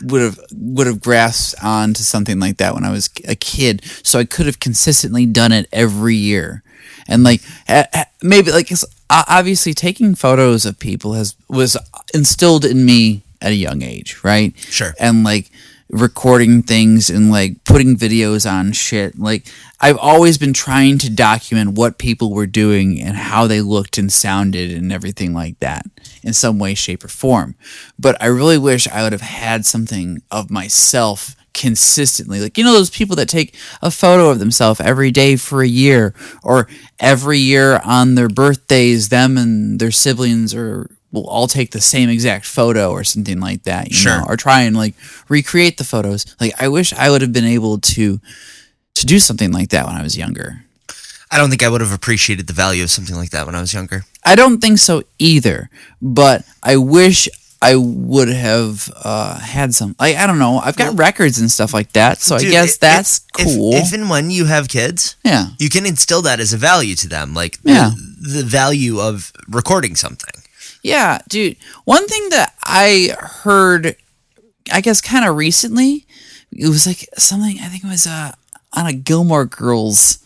Speaker 2: would have would have grasped onto something like that when I was a kid, so I could have consistently done it every year, and like eh, eh, maybe like it's, o- obviously taking photos of people has was instilled in me at a young age, right?
Speaker 3: Sure.
Speaker 2: and like recording things and like putting videos on shit. Like I've always been trying to document what people were doing and how they looked and sounded and everything like that in some way, shape, or form. But I really wish I would have had something of myself consistently. Like, you know, those people that take a photo of themselves every day for a year or every year on their birthdays, them and their siblings or will all take the same exact photo or something like that, you
Speaker 3: Sure.
Speaker 2: know, or try and like recreate the photos. Like, I wish I would have been able to to do something like that when I was younger.
Speaker 3: i don't think i would have appreciated the value of something like that when i was younger
Speaker 2: I don't think so either, but I wish I would have uh, had some. Like, I don't know. I've got records and stuff like that, so I
Speaker 3: Dude,
Speaker 2: guess
Speaker 3: if-
Speaker 2: that's
Speaker 3: if-
Speaker 2: cool.
Speaker 3: if and when you have kids
Speaker 2: yeah.
Speaker 3: you can instill that as a value to them, like the-
Speaker 2: Yeah.
Speaker 3: the, value of recording something.
Speaker 2: Yeah, dude. One thing that I heard, I guess, kind of recently, it was like something. I think it was uh, on a Gilmore Girls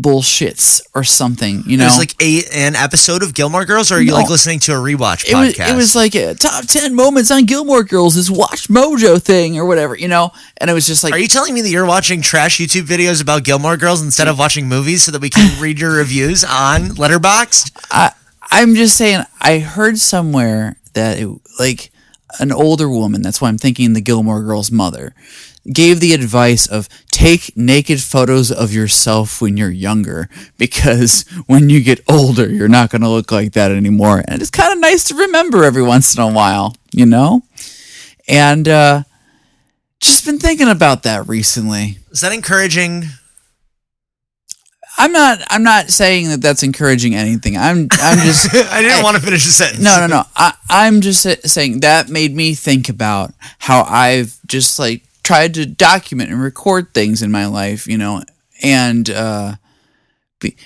Speaker 2: bullshits or something. You know,
Speaker 3: It was like a an episode of Gilmore Girls, or are you like
Speaker 2: No.
Speaker 3: listening to a rewatch
Speaker 2: it was,
Speaker 3: podcast?
Speaker 2: it was like a top ten moments on Gilmore Girls is Watch Mojo thing or whatever. You know, and it was just like
Speaker 3: are you telling me that you're watching trash YouTube videos about Gilmore Girls instead of watching movies so that we can read your reviews on Letterboxd?
Speaker 2: I'm just saying, I heard somewhere that it, like an older woman, that's why I'm thinking the Gilmore Girls mother, gave the advice of take naked photos of yourself when you're younger because when you get older, you're not going to look like that anymore. And it's kind of nice to remember every once in a while, you know? And uh, Just been thinking about that recently.
Speaker 3: Is that encouraging?
Speaker 2: I'm not. I'm not saying that that's encouraging anything. I'm. I'm just.
Speaker 3: I didn't want to finish the sentence.
Speaker 2: No, no, no. I, I'm just sa- saying that made me think about how I've just like tried to document and record things in my life, you know, and uh, be,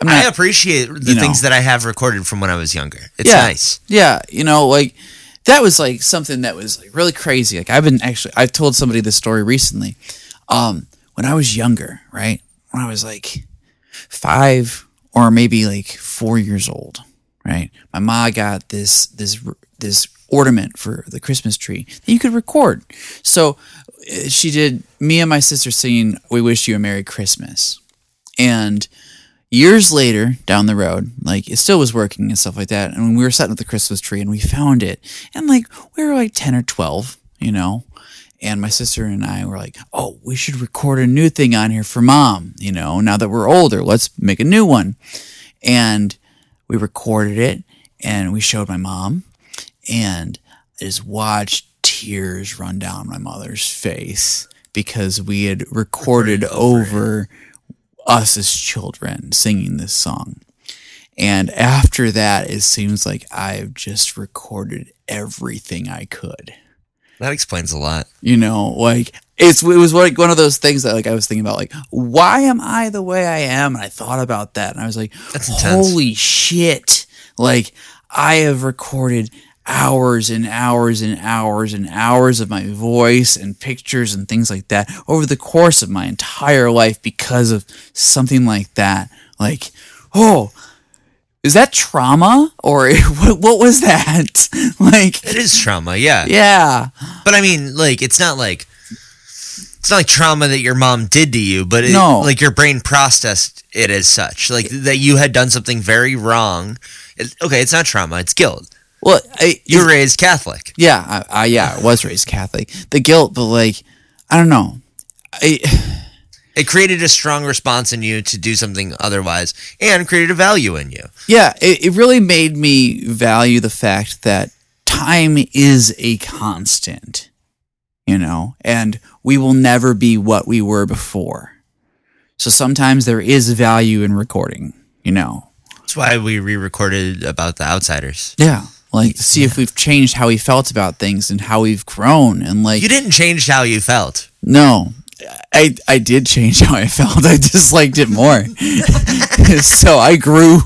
Speaker 2: I'm
Speaker 3: I
Speaker 2: not.
Speaker 3: appreciate the
Speaker 2: you know.
Speaker 3: things that I have recorded from when I was younger. It's
Speaker 2: yeah,
Speaker 3: nice.
Speaker 2: Yeah, you know, like that was like something that was like really crazy. Like I've been actually, I've told somebody this story recently. Um, when I was younger, right, when I was like five or maybe like four years old, right, my ma got this this this ornament for the Christmas tree that you could record. So eh, she did me and my sister singing "We Wish You a Merry Christmas," and years later down the road like it still was working and stuff like that and we were setting up the christmas tree and we found it and like we were like 10 or 12 you know and my sister and i were like oh we should record a new thing on here for mom you know now that we're older let's make a new one and we recorded it and we showed my mom and I just watched tears run down my mother's face because we had recorded over us as children singing this song. And after that, it seems like I've just recorded everything I could.
Speaker 3: That explains a lot.
Speaker 2: You know, like it's it was like one of those things that like I was thinking about, like why am I the way I am? And I thought about that, and I was like,
Speaker 3: That's intense.
Speaker 2: holy shit! Like I have recorded hours and hours and hours and hours of my voice and pictures and things like that over the course of my entire life because of something like that. Like, oh. Is that trauma or what, what was that? like,
Speaker 3: It is trauma, yeah.
Speaker 2: yeah.
Speaker 3: But I mean, like, it's not like it's not like trauma that your mom did to you, but it,
Speaker 2: No.
Speaker 3: like your brain processed it as such, like that you had done something very wrong. It, okay, it's not trauma; it's guilt.
Speaker 2: Well, I,
Speaker 3: You were raised Catholic.
Speaker 2: Yeah, I, I yeah, I was raised Catholic. The guilt, but like, I don't know. I,
Speaker 3: It created a strong response in you to do something otherwise, and created a value in you.
Speaker 2: yeah, it, it really made me value the fact that time is a constant, you know, and we will never be what we were before. So sometimes there is value in recording, you know.
Speaker 3: That's why we re-recorded about the outsiders.
Speaker 2: Yeah. Like, see if we've changed how we felt about things and how we've grown. And, like,
Speaker 3: You didn't change how you felt.
Speaker 2: No, I I did change how I felt. I disliked it more, so I grew.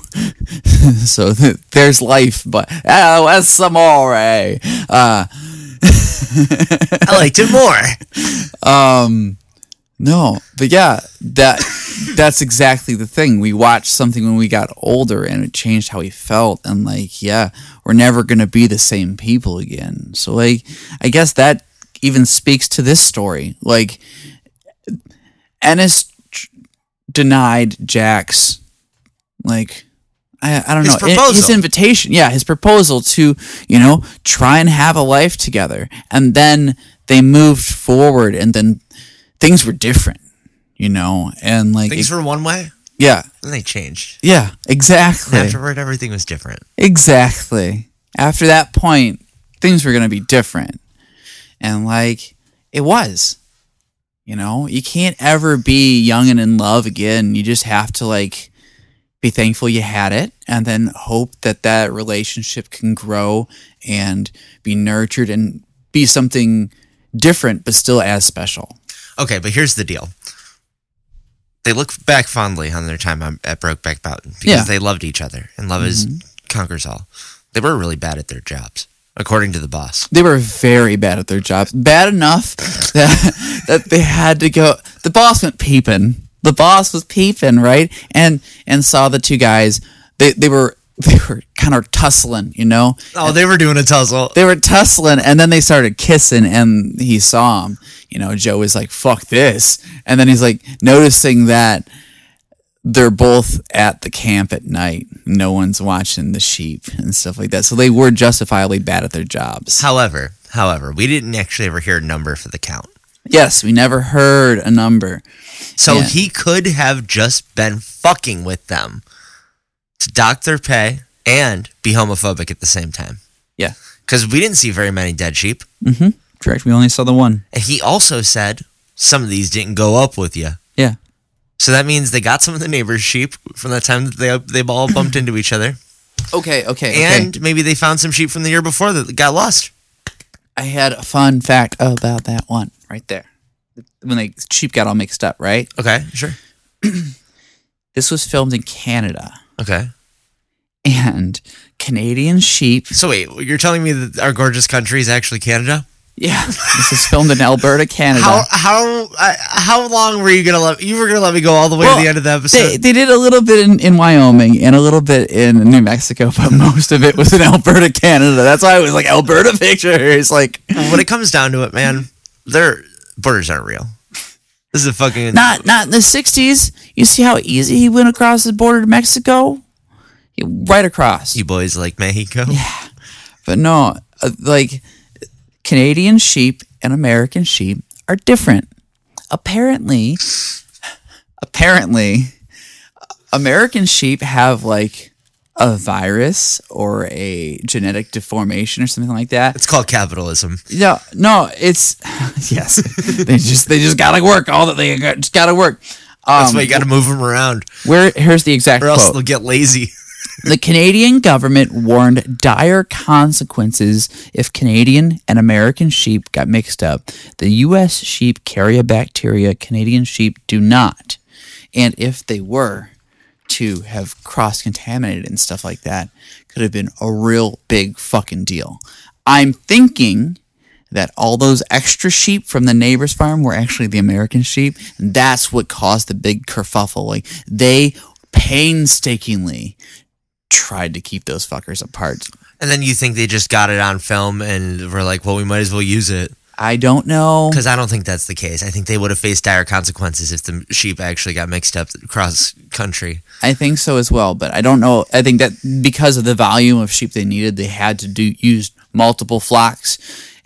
Speaker 2: so th- there's life, but oh, that's amore. Uh,
Speaker 3: I liked it more.
Speaker 2: no, but yeah, that that's exactly the thing. We watched something when we got older, and it changed how we felt. And like, yeah, we're never gonna be the same people again. So like, I guess that even speaks to this story. Like, Ennis tr- denied Jack's like. I, I don't
Speaker 3: His
Speaker 2: know i- his
Speaker 3: proposal.
Speaker 2: invitation. Yeah, his proposal to you know try and have a life together, and then they moved forward, and then things were different, you know, and like
Speaker 3: Things
Speaker 2: it-
Speaker 3: were one way,
Speaker 2: yeah,
Speaker 3: then they changed.
Speaker 2: yeah, exactly,
Speaker 3: And afterward, everything was different.
Speaker 2: exactly. After that point, things were gonna be different, and like it was, you know, you can't ever be young and in love again. You just have to like be thankful you had it, and then hope that that relationship can grow and be nurtured and be something different, but still as special.
Speaker 3: Okay, but here's the deal. They look back fondly on their time on- at Brokeback Mountain because
Speaker 2: Yeah.
Speaker 3: they loved each other and love is conquers all. They were really bad at their jobs, according to the boss.
Speaker 2: they were very bad at their jobs. Bad enough that, that they had to go. The boss went peeping. The boss was peeping, right? And and saw the two guys. They they were they were kind of tussling, you know.
Speaker 3: Oh, they were doing a tussle.
Speaker 2: They were tussling, and then they started kissing, and he saw him. You know, Joe was like, "Fuck this," and then he's like noticing that they're both at the camp at night. No one's watching the sheep and stuff like that. So they were justifiably bad at their jobs.
Speaker 3: However, however, we didn't actually ever hear a number for the count.
Speaker 2: Yes, we never heard a number.
Speaker 3: So
Speaker 2: Yeah.
Speaker 3: he could have just been fucking with them to dock their pay and be homophobic at the same time.
Speaker 2: Yeah.
Speaker 3: Because we didn't see very many dead sheep.
Speaker 2: Correct. We only saw the one.
Speaker 3: And he also said some of these didn't go up with you.
Speaker 2: Yeah.
Speaker 3: So that means they got some of the neighbor's sheep from the time that they they all bumped into each other,
Speaker 2: Okay. Okay. okay.
Speaker 3: and maybe they found some sheep from the year before that got lost.
Speaker 2: I had a fun fact about that one right there. When the sheep got all mixed up, right?
Speaker 3: Okay, sure.
Speaker 2: This was filmed in Canada,
Speaker 3: Okay.
Speaker 2: and Canadian sheep.
Speaker 3: So wait, you're telling me that our gorgeous country is actually Canada?
Speaker 2: Yeah, this is filmed in Alberta, Canada.
Speaker 3: How how uh, how long were you gonna let you were gonna let me go all the way
Speaker 2: Well,
Speaker 3: to the end of the
Speaker 2: they,
Speaker 3: episode?
Speaker 2: they did a little bit in, in Wyoming and a little bit in New Mexico, but most of it was in Alberta, Canada. That's why it was like Alberta pictures. Like
Speaker 3: when it comes down to it, man, their borders aren't real. This is a fucking
Speaker 2: not not in the sixties. You see how easy he went across the border to Mexico? He- right across.
Speaker 3: you boys like Mexico.
Speaker 2: But no, uh, like Canadian sheep and American sheep are different. Apparently, apparently, American sheep have like a virus or a genetic deformation or something like that.
Speaker 3: It's called capitalism.
Speaker 2: No, no, it's yes. they just they just gotta work. All that they got, just gotta work.
Speaker 3: That's
Speaker 2: Um,
Speaker 3: why you got to move them around,
Speaker 2: where here's the exact
Speaker 3: or else
Speaker 2: quote.
Speaker 3: they'll get lazy.
Speaker 2: The Canadian government warned dire consequences if Canadian and American sheep got mixed up. The U.S. sheep carry a bacteria, Canadian sheep do not. And if they were to have cross contaminated and stuff like that, could have been a real big fucking deal. I'm thinking that all those extra sheep from the neighbor's farm were actually the American sheep. And that's what caused the big kerfuffle. Like they painstakingly tried to keep those fuckers apart.
Speaker 3: And then you think they just got it on film and were like, well, we might as well use it.
Speaker 2: I don't know.
Speaker 3: Because I don't think that's the case. I think they would have faced dire consequences if the sheep actually got mixed up across country.
Speaker 2: I think so as well, but I don't know. I think that because of the volume of sheep they needed, they had to do use multiple flocks,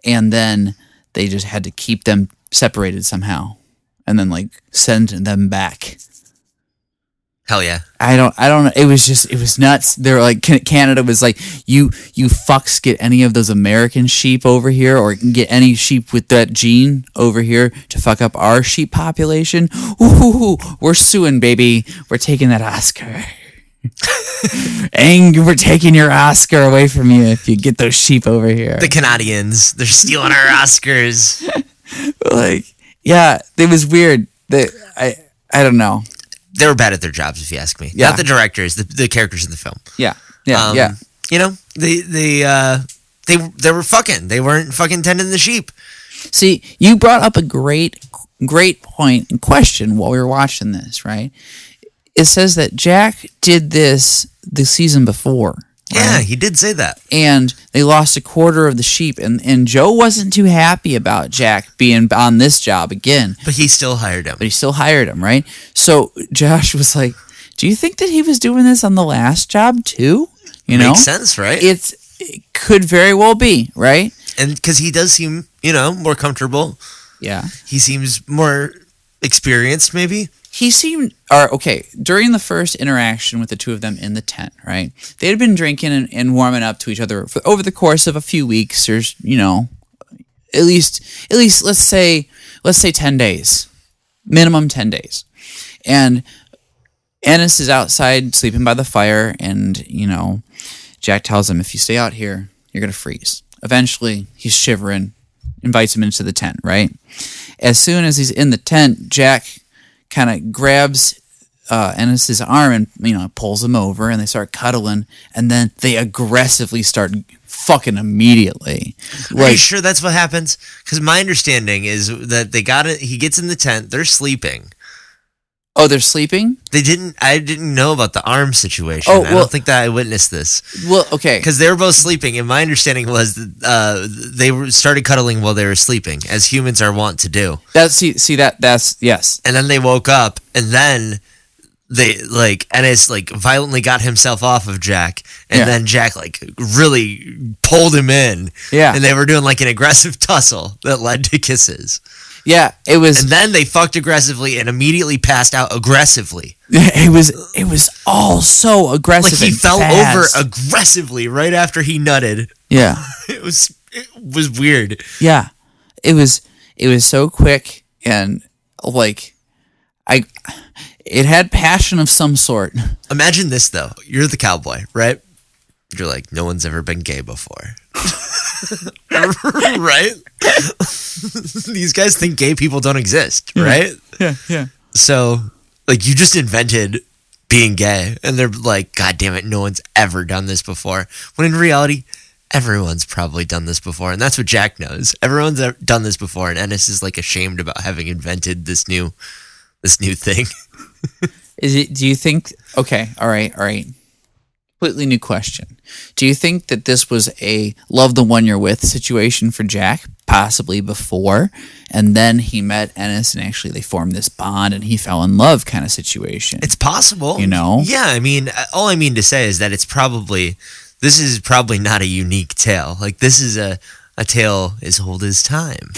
Speaker 2: and then they just had to keep them separated somehow, and then like send them back.
Speaker 3: Hell yeah.
Speaker 2: I don't, I don't know. It was just, it was nuts. They're like, Can- Canada was like, you, you fucks get any of those American sheep over here or get any sheep with that gene over here to fuck up our sheep population. Ooh, we're suing, baby. We're taking that Oscar. and we're taking your Oscar away from you if you get those sheep over here.
Speaker 3: The Canadians, they're stealing our Oscars.
Speaker 2: like, yeah, it was weird. That I, I don't know.
Speaker 3: they were bad at their jobs, if you ask me.
Speaker 2: Yeah.
Speaker 3: Not the directors, the, the characters in the film.
Speaker 2: Yeah. Yeah.
Speaker 3: Um,
Speaker 2: yeah.
Speaker 3: You know, they, they, uh, they, they were fucking. They weren't fucking tending the sheep.
Speaker 2: See, you brought up a great, great point and question while we were watching this, right? It says that Jack did this the season before,
Speaker 3: Yeah, he did say that.
Speaker 2: and they lost a quarter of the sheep, and, and Joe wasn't too happy about Jack being on this job again,
Speaker 3: But he still hired him.
Speaker 2: but he still hired him, right? So Josh was like, "Do you think that he was doing this on the last job too?" You know,
Speaker 3: Makes sense, right?
Speaker 2: It's it could very well be, right?
Speaker 3: and because he does seem, you know, more comfortable.
Speaker 2: Yeah.
Speaker 3: He seems more experienced, maybe.
Speaker 2: he seemed or okay during the first interaction with the two of them in the tent right they had been drinking and, and warming up to each other for, over the course of a few weeks or you know at least at least let's say let's say 10 days minimum 10 days and ennis is outside sleeping by the fire and you know jack tells him if you stay out here you're going to freeze eventually he's shivering invites him into the tent right as soon as he's in the tent jack kind of grabs uh, Ennis's arm and you know pulls him over, and they start cuddling, and then they aggressively start fucking immediately.
Speaker 3: Are you
Speaker 2: Like
Speaker 3: sure that's what happens? Because my understanding is that they got it. He gets in the tent. They're sleeping.
Speaker 2: oh, they're sleeping.
Speaker 3: They didn't. I didn't know about the arm situation.
Speaker 2: Oh,
Speaker 3: I
Speaker 2: well-
Speaker 3: don't think that I witnessed this
Speaker 2: Well, okay.
Speaker 3: because they were both sleeping. And my understanding was that uh, they were, started cuddling while they were sleeping, as humans are wont to do.
Speaker 2: That's see, see that that's yes.
Speaker 3: And then they woke up, and then they like Ennis like violently got himself off of Jack, and
Speaker 2: Yeah.
Speaker 3: then Jack like really pulled him in.
Speaker 2: Yeah.
Speaker 3: and they were doing like an aggressive tussle that led to kisses.
Speaker 2: Yeah, it was
Speaker 3: And then they fucked aggressively and immediately passed out aggressively.
Speaker 2: it was it was all so
Speaker 3: Like
Speaker 2: aggressive.
Speaker 3: he
Speaker 2: and
Speaker 3: fell
Speaker 2: fast.
Speaker 3: over aggressively right after he nutted.
Speaker 2: yeah,
Speaker 3: It was it was weird.
Speaker 2: yeah. it was it was so quick and like I it had passion of some sort.
Speaker 3: Imagine this though. You're the cowboy, right? You're like, no one's ever been gay before. right? These guys think gay people don't exist, right?
Speaker 2: Yeah, yeah.
Speaker 3: So, like, you just invented being gay, and they're like, God damn it, no one's ever done this before. When in reality, everyone's probably done this before, and that's what Jack knows. Everyone's ever done this before, and Ennis is like ashamed about having invented this new, this new thing.
Speaker 2: Is it do you think okay, all right, all right. Completely new question. Do you think that this was a love the one you're with situation for Jack, possibly before, and then he met Ennis and actually they formed this bond and he fell in love kind of situation?
Speaker 3: It's possible.
Speaker 2: You know?
Speaker 3: Yeah, I mean, uh, all I mean to say is that it's probably this is probably not a unique tale. Like this is a a tale as old as time.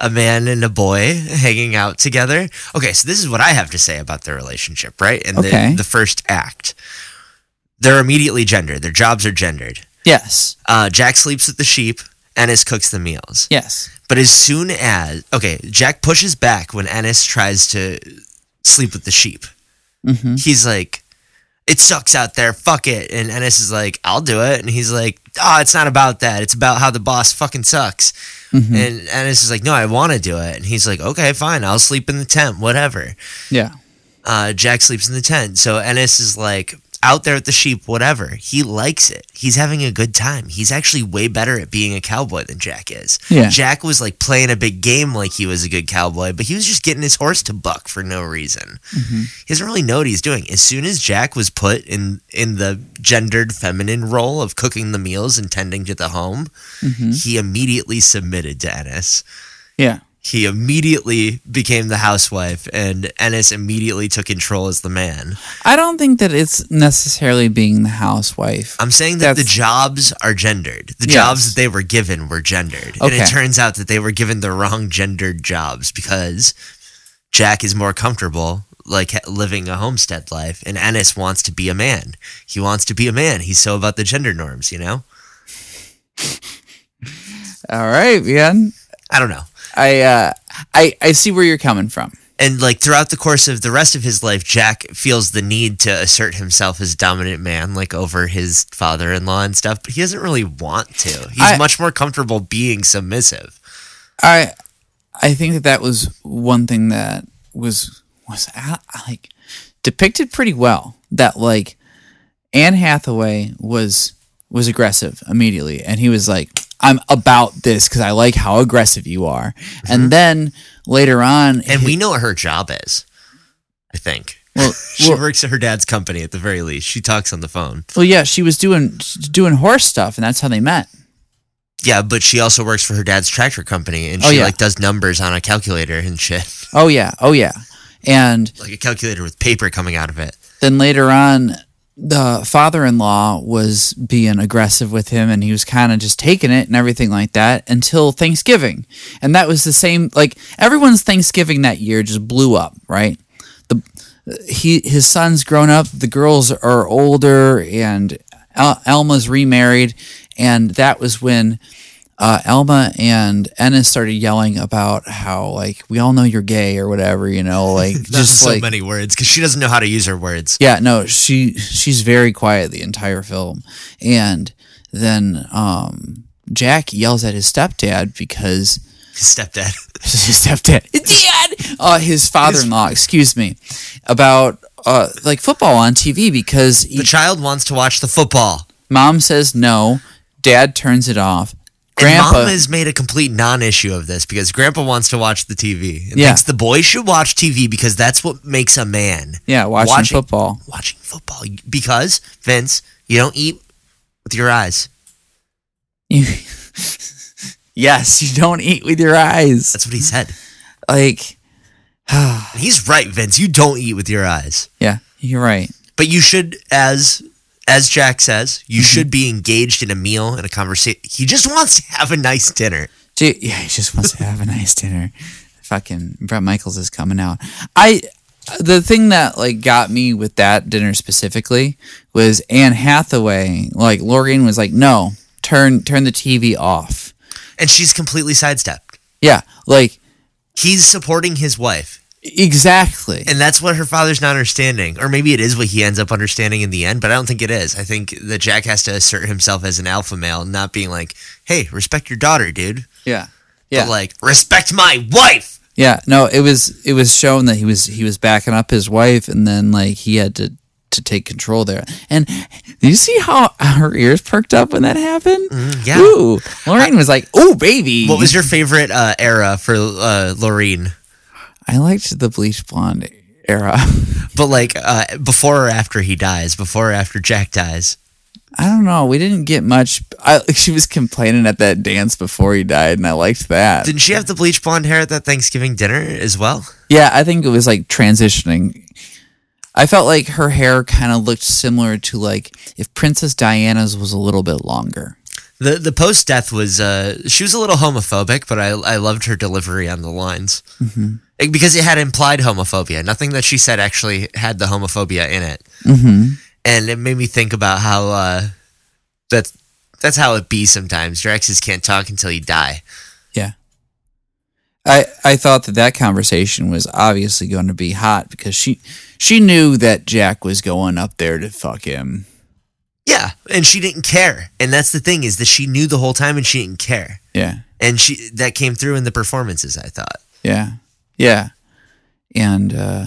Speaker 3: A man and a boy hanging out together. Okay, so this is what I have to say about their relationship, right? And
Speaker 2: Okay.
Speaker 3: the, the first act. They're immediately gendered. Their jobs are gendered.
Speaker 2: yes.
Speaker 3: Uh, Jack sleeps with the sheep. Ennis cooks the meals.
Speaker 2: Yes.
Speaker 3: But as soon as okay, Jack pushes back when Ennis tries to sleep with the sheep. He's like, "It sucks out there, fuck it." And Ennis is like, "I'll do it." And he's like, "Oh, it's not about that. It's about how the boss fucking sucks." And Ennis is like, "No, I want to do it." And he's like, "Okay, fine. I'll sleep in the tent, whatever."
Speaker 2: Yeah.
Speaker 3: uh, Jack sleeps in the tent. So Ennis is like out there with the sheep, whatever. He likes it. He's having a good time. He's actually way better at being a cowboy than Jack is.
Speaker 2: Yeah.
Speaker 3: Jack was like playing a big game like he was a good cowboy, but he was just getting his horse to buck for no reason. He doesn't really know what he's doing. As soon as Jack was put in in the gendered feminine role of cooking the meals and tending to the home, he immediately submitted to Ennis
Speaker 2: Yeah.
Speaker 3: he immediately became the housewife and Ennis immediately took control as the man.
Speaker 2: I don't think that it's necessarily being the housewife.
Speaker 3: I'm saying that the
Speaker 2: That's-
Speaker 3: jobs are gendered. The
Speaker 2: Yes.
Speaker 3: jobs that they were given were gendered. And
Speaker 2: Okay.
Speaker 3: it turns out that they were given the wrong gendered jobs because Jack is more comfortable like ha- living a homestead life and Ennis wants to be a man. He wants to be a man. He's so about the gender norms, you know?
Speaker 2: All right, man.
Speaker 3: I don't know.
Speaker 2: I uh, I I see where you're coming from.
Speaker 3: and like throughout the course of the rest of his life, Jack feels the need to assert himself as dominant man, like over his father-in-law and stuff. But he doesn't really want to. He's
Speaker 2: I-
Speaker 3: much more comfortable being submissive.
Speaker 2: I I think that that was one thing that was was out- like depicted pretty well. That like Anne Hathaway was was aggressive immediately, and he was like, "I'm about this because I like how aggressive you are." And then later on,
Speaker 3: Mm-hmm. And we know what her job is. I think
Speaker 2: well,
Speaker 3: she works at her dad's company at the very least. She talks on the phone.
Speaker 2: well, yeah, she was doing doing horse stuff, and that's how they met.
Speaker 3: Yeah, but she also works for her dad's tractor company, and she
Speaker 2: Oh, yeah.
Speaker 3: like does numbers on a calculator and shit,
Speaker 2: Oh yeah, oh yeah, and
Speaker 3: like a calculator with paper coming out of it.
Speaker 2: then later on the father-in-law was being aggressive with him and he was kind of just taking it and everything like that until Thanksgiving. And that was the same like everyone's Thanksgiving that year just blew up, right? The he his son's grown up, the girls are older and El- Elma's remarried and that was when uh, Elma and Ennis started yelling about how like we all know you're gay or whatever, you know, like
Speaker 3: Not
Speaker 2: just
Speaker 3: so
Speaker 2: like
Speaker 3: many words because she doesn't know how to use her words.
Speaker 2: yeah, no, she she's very quiet the entire film, and then um, Jack yells at his stepdad because
Speaker 3: His stepdad.
Speaker 2: his stepdad, dad, uh, his father-in-law, excuse me, about uh, like football on TV because he-
Speaker 3: The child wants to watch the football.
Speaker 2: mom says no, dad turns it off.
Speaker 3: And
Speaker 2: Grandpa,
Speaker 3: mom has made a complete non-issue of this because grandpa wants to watch the TV and
Speaker 2: Yeah.
Speaker 3: thinks the boy should watch TV because that's what makes a man.
Speaker 2: yeah, watching,
Speaker 3: watching-
Speaker 2: football.
Speaker 3: Watching football because Vince, you don't eat with your eyes.
Speaker 2: yes, you don't eat with your eyes.
Speaker 3: That's what he
Speaker 2: Mm-hmm.
Speaker 3: said.
Speaker 2: Like,
Speaker 3: And he's right, Vince. You don't eat with your eyes,
Speaker 2: yeah, you're right.
Speaker 3: but you should, as as Jack says, you
Speaker 2: Mm-hmm.
Speaker 3: should be engaged in a meal and a conversation. He just wants to have a nice dinner.
Speaker 2: Gee, yeah, he just wants to have a nice dinner. Fucking Brett Michaels is coming out. I the thing that like got me with that dinner specifically was Anne Hathaway. Like Lorraine was like, "No, turn turn the TV off."
Speaker 3: and she's completely sidestepped.
Speaker 2: Yeah, like
Speaker 3: He's supporting his wife.
Speaker 2: exactly.
Speaker 3: And that's what her father's not understanding. Or maybe it is what he ends up understanding in the end, but I don't think it is. I think that Jack has to assert himself as an alpha male, not being like, hey, respect your daughter, dude.
Speaker 2: yeah, yeah,
Speaker 3: But like, respect my wife.
Speaker 2: yeah. No, it was it was shown that he was he was backing up his wife, and then like he had to to take control there. And do you see how her ears perked up when that happened?
Speaker 3: Mm, yeah.
Speaker 2: Ooh, Lorraine was like, "Ooh, baby."
Speaker 3: What was your favorite uh, era for uh, Lorene?
Speaker 2: I liked the bleach blonde era.
Speaker 3: But like, uh, before or after he dies, before or after Jack dies.
Speaker 2: I don't know. We didn't get much. I, she was complaining at that dance before he died, and I liked that.
Speaker 3: Didn't she have the bleach blonde hair at that Thanksgiving dinner as well?
Speaker 2: Yeah, I think it was like transitioning. I felt like her hair kind of looked similar to like if Princess Diana's was a little bit longer.
Speaker 3: The the post death was uh she was a little homophobic, but I I loved her delivery on the lines Like, because it had implied homophobia. Nothing that she said actually had the homophobia in it,
Speaker 2: Mm-hmm.
Speaker 3: and it made me think about how uh that that's how it be sometimes. Your exes can't talk until you die.
Speaker 2: Yeah. I I thought that that conversation was obviously going to be hot because she she knew that Jack was going up there to fuck him.
Speaker 3: Yeah, and she didn't care, and that's the thing is that she knew the whole time and she didn't care,
Speaker 2: Yeah.
Speaker 3: and she that came through in the performances. I thought.
Speaker 2: Yeah. Yeah. And uh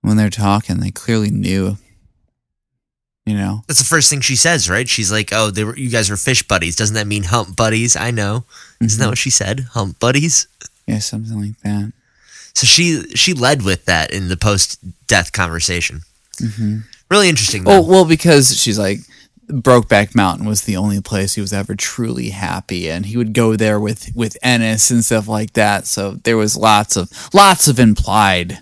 Speaker 2: when they're talking, they clearly knew you know.
Speaker 3: That's the first thing she says, right? She's like, "Oh, they were you guys were fish buddies. Doesn't that mean hump buddies?" I know. Isn't that what she said? Hump buddies.
Speaker 2: Yeah, something like that.
Speaker 3: So she she led with that in the post death conversation.
Speaker 2: Mhm.
Speaker 3: Really interesting.
Speaker 2: Oh
Speaker 3: Though.
Speaker 2: well, because she's like, Brokeback Mountain was the only place he was ever truly happy, and he would go there with with Ennis and stuff like that. So there was lots of lots of implied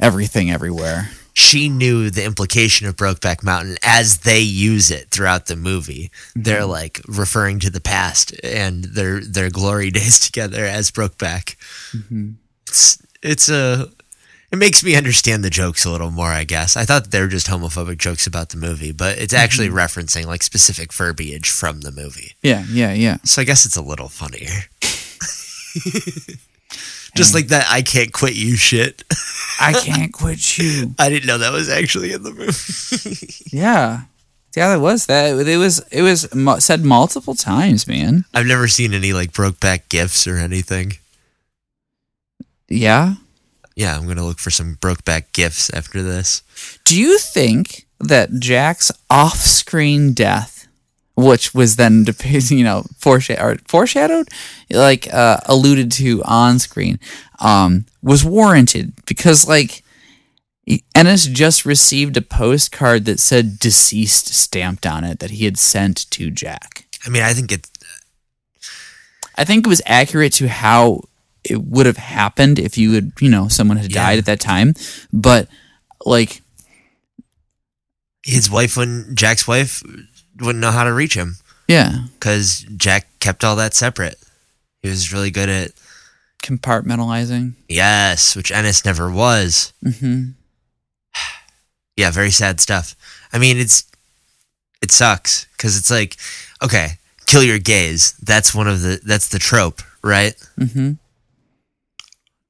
Speaker 2: everything everywhere.
Speaker 3: she knew the implication of Brokeback Mountain as they use it throughout the movie. They're like referring to the past and their their glory days together as Brokeback. It's it's a it makes me understand the jokes a little more, I guess. I thought they were just homophobic jokes about the movie, but it's actually referencing like specific verbiage from the movie.
Speaker 2: Yeah, yeah, yeah.
Speaker 3: So I guess it's a little funnier. just like that I can't quit you shit.
Speaker 2: I can't quit you.
Speaker 3: I didn't know that was actually in the movie.
Speaker 2: Yeah, yeah. That was that. It was it was mu- said multiple times, man.
Speaker 3: I've never seen any like Brokeback gifs or anything.
Speaker 2: Yeah.
Speaker 3: Yeah, I'm gonna look for some Brokeback gifs after this.
Speaker 2: Do you think that Jack's off-screen death, which was then depicted, you know, foresha- or foreshadowed, like uh, alluded to on screen, um, was warranted because like Ennis just received a postcard that said "deceased" stamped on it that he had sent to Jack.
Speaker 3: I mean, I think it.
Speaker 2: I think it was accurate to how it would have happened if you had, you know, someone had
Speaker 3: Yeah.
Speaker 2: died at that time, but like.
Speaker 3: his wife wouldn't. Jack's wife wouldn't know how to reach him
Speaker 2: Yeah,
Speaker 3: because Jack kept all that separate. He was really good at
Speaker 2: compartmentalizing.
Speaker 3: yes, which Ennis never was.
Speaker 2: hmm
Speaker 3: Yeah, very sad stuff. I mean, it's it sucks because it's like okay, kill your gays. That's one of the that's the trope, right?
Speaker 2: hmm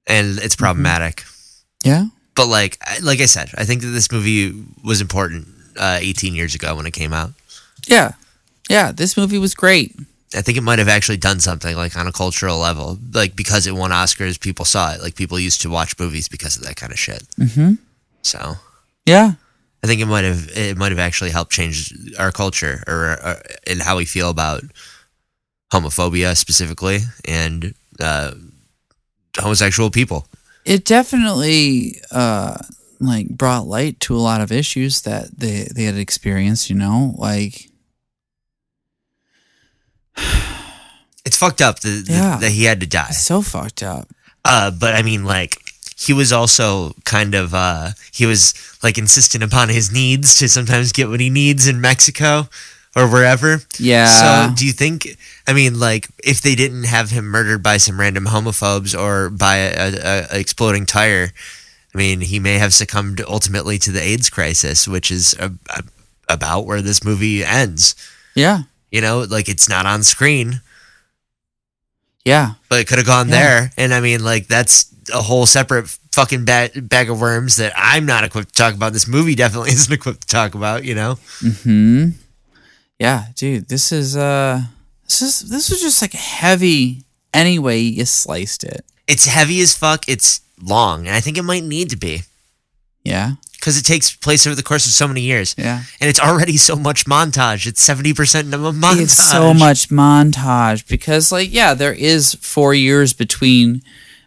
Speaker 3: And it's problematic.
Speaker 2: Yeah.
Speaker 3: but like I- like I said, I think that this movie was important uh, 18 years ago when it came out.
Speaker 2: Yeah. Yeah. This movie was great.
Speaker 3: I think it might have actually done something like on a cultural level, like because it won Oscars, people saw it. Like people used to watch movies because of that kind of shit. Mm-hmm. So
Speaker 2: Yeah.
Speaker 3: I think it might have it might have actually helped change our culture or, or and how we feel about homophobia specifically and uh, homosexual people.
Speaker 2: It definitely uh like brought light to a lot of issues that they they had experienced, you know? Like
Speaker 3: It's fucked up that,
Speaker 2: Yeah.
Speaker 3: that he had to die.
Speaker 2: it's so fucked up.
Speaker 3: Uh, but I mean, like, he was also kind of, uh, he was like insistent upon his needs to sometimes get what he needs in Mexico or wherever.
Speaker 2: Yeah.
Speaker 3: So do you think, I mean, like, if they didn't have him murdered by some random homophobes or by a, a, a exploding tire, I mean, he may have succumbed ultimately to the AIDS crisis, which is a, a, about where this movie ends.
Speaker 2: yeah.
Speaker 3: You know, like, it's not on screen.
Speaker 2: Yeah.
Speaker 3: but it could have gone there. And I mean, like that's a whole separate fucking bag, bag of worms that I'm not equipped to talk about. This movie definitely isn't equipped to talk about. You know,
Speaker 2: Mm-hmm. Yeah, dude, this is uh this is this was just like heavy anyway you sliced it.
Speaker 3: it's heavy as fuck. It's long, and I think it might need to be
Speaker 2: Yeah.
Speaker 3: because it takes place over the course of so many years.
Speaker 2: Yeah.
Speaker 3: And it's already so much montage. It's seventy percent of a montage.
Speaker 2: It's so much montage because like yeah, there is 4 years between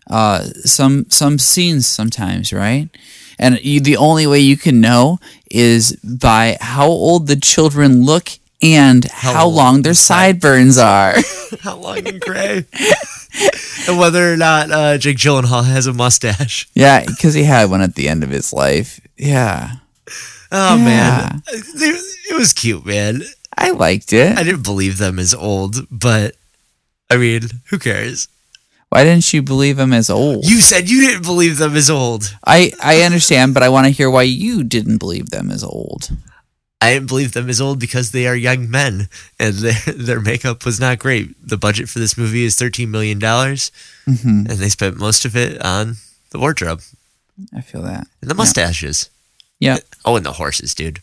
Speaker 2: uh some some scenes sometimes, right? And you, the only way you can know is by how old the children look and how,
Speaker 3: old
Speaker 2: long their sideburns are.
Speaker 3: How long and gray? and whether or not uh, Jake Gyllenhaal has a mustache.
Speaker 2: yeah, cuz he had one at the end of his life. Yeah.
Speaker 3: Oh
Speaker 2: Yeah.
Speaker 3: man, it was cute, man.
Speaker 2: I liked it.
Speaker 3: I didn't believe them as old, but I mean, who cares?
Speaker 2: Why didn't you believe him as old?
Speaker 3: You said you didn't believe them as old.
Speaker 2: I, I understand, but I want to hear why you didn't believe them as old.
Speaker 3: I didn't believe them as old because they are young men and their their makeup was not great. The budget for this movie is thirteen million dollars,
Speaker 2: Mm-hmm.
Speaker 3: and they spent most of it on the wardrobe
Speaker 2: I feel that.
Speaker 3: and the mustaches.
Speaker 2: Yeah.
Speaker 3: Oh, and the horses, dude.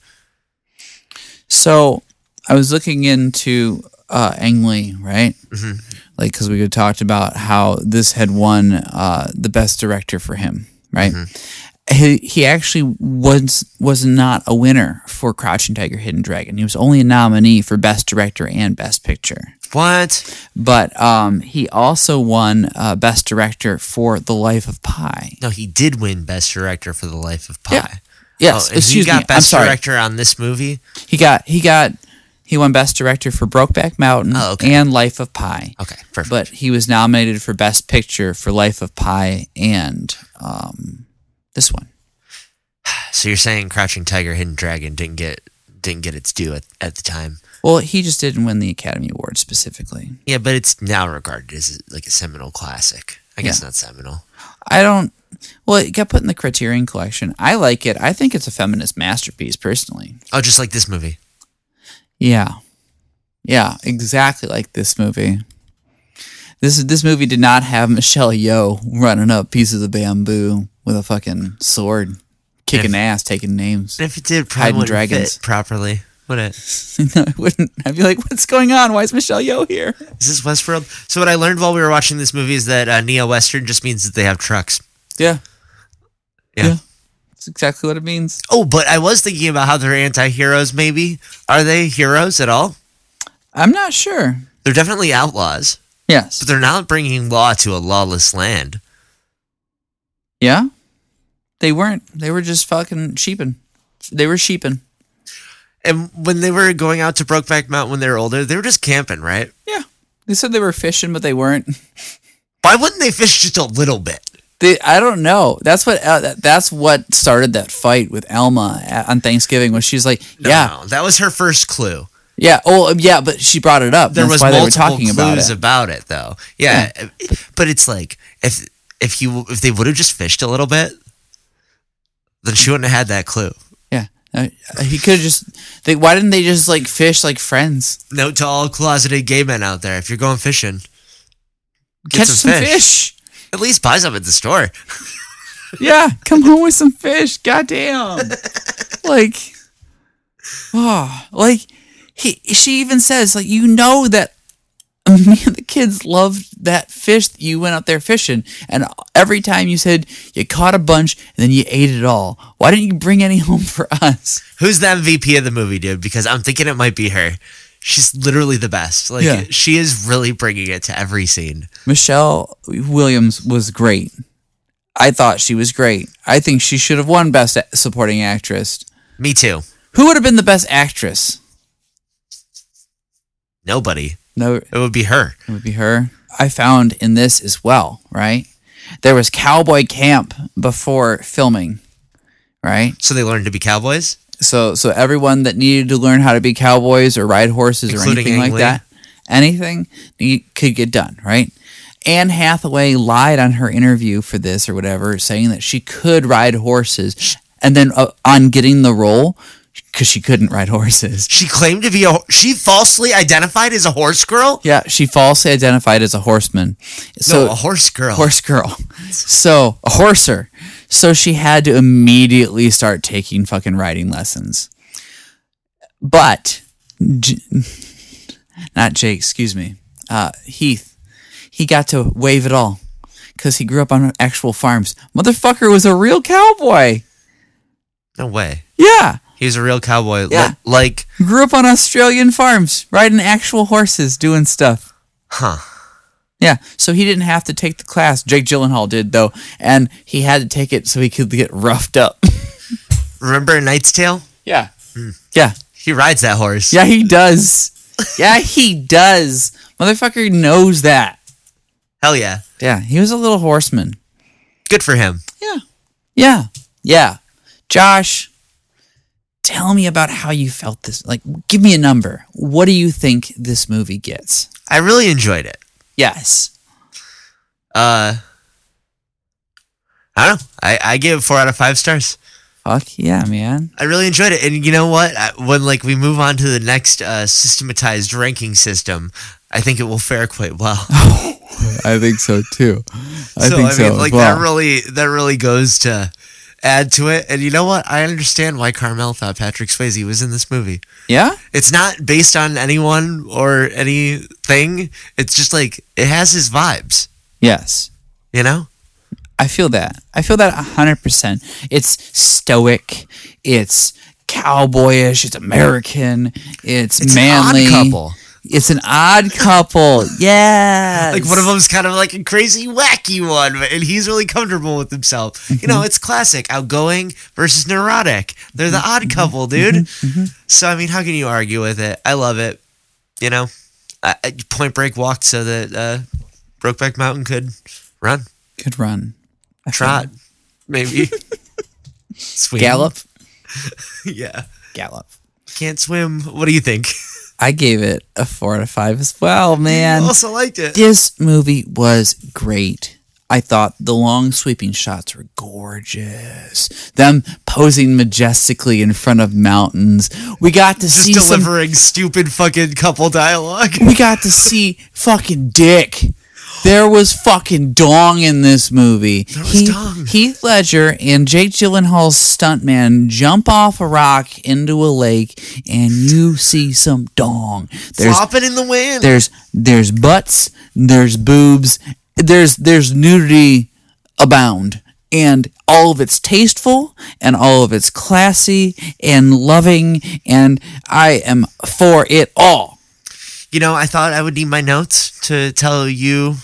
Speaker 2: So I was looking into uh, Ang Lee, right?
Speaker 3: Mm-hmm.
Speaker 2: Like, because we had talked about how this had won uh, the best director for him, right?
Speaker 3: Mm-hmm.
Speaker 2: He, he actually was was not a winner for Crouching Tiger, Hidden Dragon. He was only a nominee for best director and best picture.
Speaker 3: What?
Speaker 2: But um, he also won uh, best director for The Life of Pi.
Speaker 3: No, he did win Best Director for The Life of Pi.
Speaker 2: Yeah. Yes,
Speaker 3: oh, and
Speaker 2: excuse
Speaker 3: he got
Speaker 2: me.
Speaker 3: Best
Speaker 2: I'm sorry.
Speaker 3: Director on this movie.
Speaker 2: He got he got he won best director for Brokeback Mountain
Speaker 3: Oh, okay.
Speaker 2: and Life of Pi.
Speaker 3: Okay, perfect.
Speaker 2: But he was nominated for best picture for Life of Pi and um, this one.
Speaker 3: So you're saying Crouching Tiger, Hidden Dragon didn't get didn't get its due at, at the time.
Speaker 2: Well, he just didn't win the Academy Award specifically.
Speaker 3: Yeah, but it's now regarded as like a seminal classic. I guess not seminal.
Speaker 2: I don't. Well, it got put in the Criterion Collection. I like it. I think it's a feminist masterpiece, personally.
Speaker 3: Oh, just like this movie.
Speaker 2: Yeah, yeah, exactly like this movie. This this movie did not have Michelle Yeoh running up pieces of bamboo with a fucking sword, kicking ass, taking names.
Speaker 3: And if it did,
Speaker 2: Hidden
Speaker 3: probably would
Speaker 2: Dragons.
Speaker 3: fit properly. Would it?
Speaker 2: no, I wouldn't. I'd be like, "What's going on? Why is Michelle Yeoh here?"
Speaker 3: Is this Westworld? So what I learned while we were watching this movie is that uh, neo western just means that they have trucks.
Speaker 2: Yeah,
Speaker 3: Yeah.
Speaker 2: Yeah. that's exactly what it means.
Speaker 3: Oh, but I was thinking about how they're anti-heroes. Maybe are they heroes at all?
Speaker 2: I'm not sure.
Speaker 3: They're definitely outlaws,
Speaker 2: Yes.
Speaker 3: but they're not bringing law to a lawless land.
Speaker 2: Yeah. They weren't. They were just fucking sheeping. They were sheeping.
Speaker 3: And when they were going out to Brokeback Mountain when they were older, they were just camping, right?
Speaker 2: Yeah. They said they were fishing, but they weren't.
Speaker 3: Why wouldn't they fish just a little bit?
Speaker 2: They, I don't know. That's what uh, that- that's what started that fight with Elma a- on Thanksgiving when she's like, yeah,
Speaker 3: No, that was her first clue.
Speaker 2: yeah, oh um, yeah, but she brought it up.
Speaker 3: There
Speaker 2: that's
Speaker 3: was
Speaker 2: why they
Speaker 3: multiple
Speaker 2: were talking
Speaker 3: clues
Speaker 2: about it.
Speaker 3: about it, though. Yeah, but it's like if if you if they would have just fished a little bit, then she wouldn't have had that clue.
Speaker 2: yeah, Uh, he could have just. They, why didn't they just like fish like friends?
Speaker 3: Note to all closeted gay men out there: if you're going fishing, Get
Speaker 2: Catch
Speaker 3: some
Speaker 2: some,
Speaker 3: fish.
Speaker 2: fish.
Speaker 3: at least buy some at the store.
Speaker 2: yeah, come home with some fish. Goddamn. like, oh, like he. She even says like, you know that. Me and the kids loved that fish that you went out there fishing, and every time you said you caught a bunch and then you ate it all. Why didn't you bring any home for us?
Speaker 3: Who's the MVP of the movie, dude? Because I'm thinking it might be her. She's literally the best. Like
Speaker 2: Yeah.
Speaker 3: she is really bringing it to every scene.
Speaker 2: Michelle Williams was great. I thought she was great. I think she should have won Best Supporting Actress.
Speaker 3: Me too.
Speaker 2: Who would have been the Best Actress?
Speaker 3: Nobody.
Speaker 2: No,
Speaker 3: It would be her.
Speaker 2: It would be her. I found in this as well, right? There was cowboy camp before filming, right?
Speaker 3: So they learned to be cowboys.
Speaker 2: So so everyone that needed to learn how to be cowboys or ride horses or
Speaker 3: Including
Speaker 2: anything
Speaker 3: Ang
Speaker 2: like
Speaker 3: Lee.
Speaker 2: that, anything you could get done, right? Anne Hathaway lied on her interview for this or whatever, saying that she could ride horses, and then uh, on getting the role, because she couldn't ride horses.
Speaker 3: She claimed to be a. She falsely identified as a horse girl.
Speaker 2: Yeah, she falsely identified as a horseman. So
Speaker 3: no, a horse girl.
Speaker 2: horse girl. So a horser. So she had to immediately start taking fucking riding lessons. But J- not Jake, excuse me. Uh, Heath, he got to wave it all because he grew up on actual farms. Motherfucker was a real cowboy.
Speaker 3: No way.
Speaker 2: Yeah.
Speaker 3: He was a real cowboy.
Speaker 2: Yeah.
Speaker 3: Li- like,
Speaker 2: Grew up on Australian farms, riding actual horses, doing stuff.
Speaker 3: huh?
Speaker 2: Yeah, so he didn't have to take the class. Jake Gyllenhaal did though, and he had to take it so he could get roughed up.
Speaker 3: Remember in Knight's Tale?
Speaker 2: Yeah, Hmm. yeah,
Speaker 3: He rides that horse.
Speaker 2: yeah. He does. yeah, he does. Motherfucker knows that.
Speaker 3: Hell yeah.
Speaker 2: Yeah, he was a little horseman.
Speaker 3: Good for him.
Speaker 2: Yeah, yeah, yeah. Josh, tell me about how you felt this. Like, give me a number. What do you think this movie gets?
Speaker 3: I really enjoyed it.
Speaker 2: Yes.
Speaker 3: Uh, I don't know. I, I give it four out of five stars.
Speaker 2: Fuck yeah, man.
Speaker 3: I really enjoyed it, and you know what? I, when like we move on to the next uh, systematized ranking system, I think it will fare quite well.
Speaker 2: I think so too. I
Speaker 3: so I mean, like that really that really goes to add to it. And you know what? I understand why Carmel thought Patrick Swayze was in this movie.
Speaker 2: yeah.
Speaker 3: It's not based on anyone or anything. It's just like it has his vibes.
Speaker 2: Yes.
Speaker 3: You know?
Speaker 2: I feel that. I feel that 100%. It's stoic. It's cowboyish. It's American. It's,
Speaker 3: It's an odd
Speaker 2: manly.
Speaker 3: couple.
Speaker 2: It's an odd couple. yes.
Speaker 3: Like one of them's kind of like a crazy wacky one, but- and he's really comfortable with himself.
Speaker 2: Mm-hmm.
Speaker 3: You know, it's classic outgoing versus neurotic. They're the
Speaker 2: Mm-hmm.
Speaker 3: odd couple, dude. So I mean, how can you argue with it? I love it. You know, I, I- Point Break walked so that uh, Brokeback Mountain could run,
Speaker 2: Could run. I feel
Speaker 3: trot,
Speaker 2: that.
Speaker 3: maybe swim,
Speaker 2: Gallop.
Speaker 3: yeah,
Speaker 2: Gallop.
Speaker 3: can't swim. What do you think?
Speaker 2: I gave it a four out of five as well, man.
Speaker 3: also liked it.
Speaker 2: This movie was great. I thought the long sweeping shots were gorgeous. Them posing majestically in front of mountains. We got to see some
Speaker 3: Delivering stupid fucking couple dialogue.
Speaker 2: we got to see fucking dick. There was fucking dong in this movie.
Speaker 3: was
Speaker 2: Heath,
Speaker 3: dong.
Speaker 2: Heath Ledger and Jake Gyllenhaal's stuntman jump off a rock into a lake, and you see some dong. There's
Speaker 3: Flopping in the wind.
Speaker 2: there's there's butts, there's boobs, there's there's nudity abound, and all of it's tasteful, and all of it's classy and loving, and I am for it all.
Speaker 3: You know, I thought I would need my notes to tell you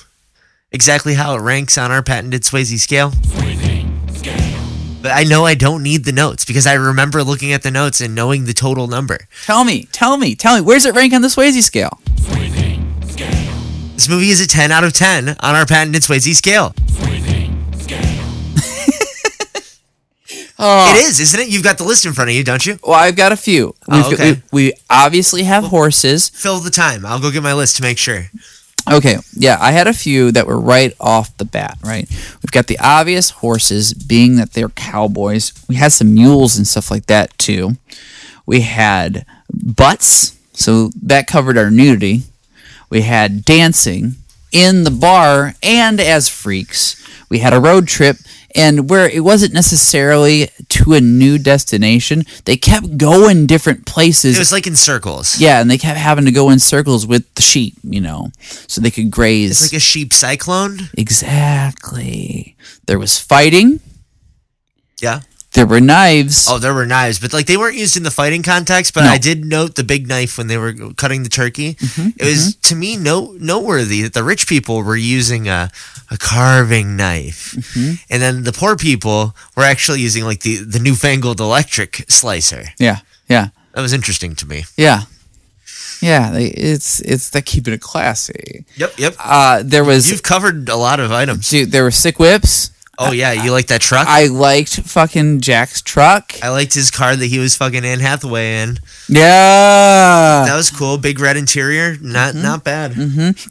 Speaker 3: exactly how it ranks on our patented Swayze scale. But I know I don't need the notes because I remember looking at the notes and knowing the total number.
Speaker 2: Tell me, tell me, tell me, where's it rank on the Swayze scale?
Speaker 3: This movie is a 10 out of 10 on our patented Swayze scale.
Speaker 2: Oh,
Speaker 3: It is, isn't it? You've got the list in front of you, don't you?
Speaker 2: well, I've got a few. We've got-
Speaker 3: okay.
Speaker 2: we, we obviously have horses.
Speaker 3: Fill the time. I'll go get my list to make sure.
Speaker 2: Okay, yeah, I had a few that were right off the bat, right? We've got the obvious horses being that they're cowboys. We had some mules and stuff like that too. We had butts, so that covered our nudity. We had dancing in the bar and as freaks. We had a road trip and where it wasn't necessarily to a new destination, they kept going different places
Speaker 3: It was like in circles.
Speaker 2: yeah, and they kept having to go in circles with the sheep, you know, so they could graze.
Speaker 3: It's like a sheep cyclone.
Speaker 2: exactly. There was fighting.
Speaker 3: Yeah.
Speaker 2: There were knives.
Speaker 3: Oh, there were knives, but like they weren't used in the fighting context. But
Speaker 2: No.
Speaker 3: I did note the big knife when they were cutting the turkey. it was to me no noteworthy that the rich people were using a a carving knife, and then the poor people were actually using like the the newfangled electric slicer.
Speaker 2: Yeah, yeah,
Speaker 3: That was interesting to me.
Speaker 2: yeah, yeah. They, it's it's they keeping it classy.
Speaker 3: Yep, yep.
Speaker 2: Uh, there was
Speaker 3: You've covered a lot of items.
Speaker 2: dude. There were sick whips.
Speaker 3: Oh yeah, you like that truck? I,
Speaker 2: I liked fucking Jack's truck.
Speaker 3: liked his car that he was fucking Anne Hathaway in.
Speaker 2: Yeah.
Speaker 3: That was cool. Big red interior, not not bad.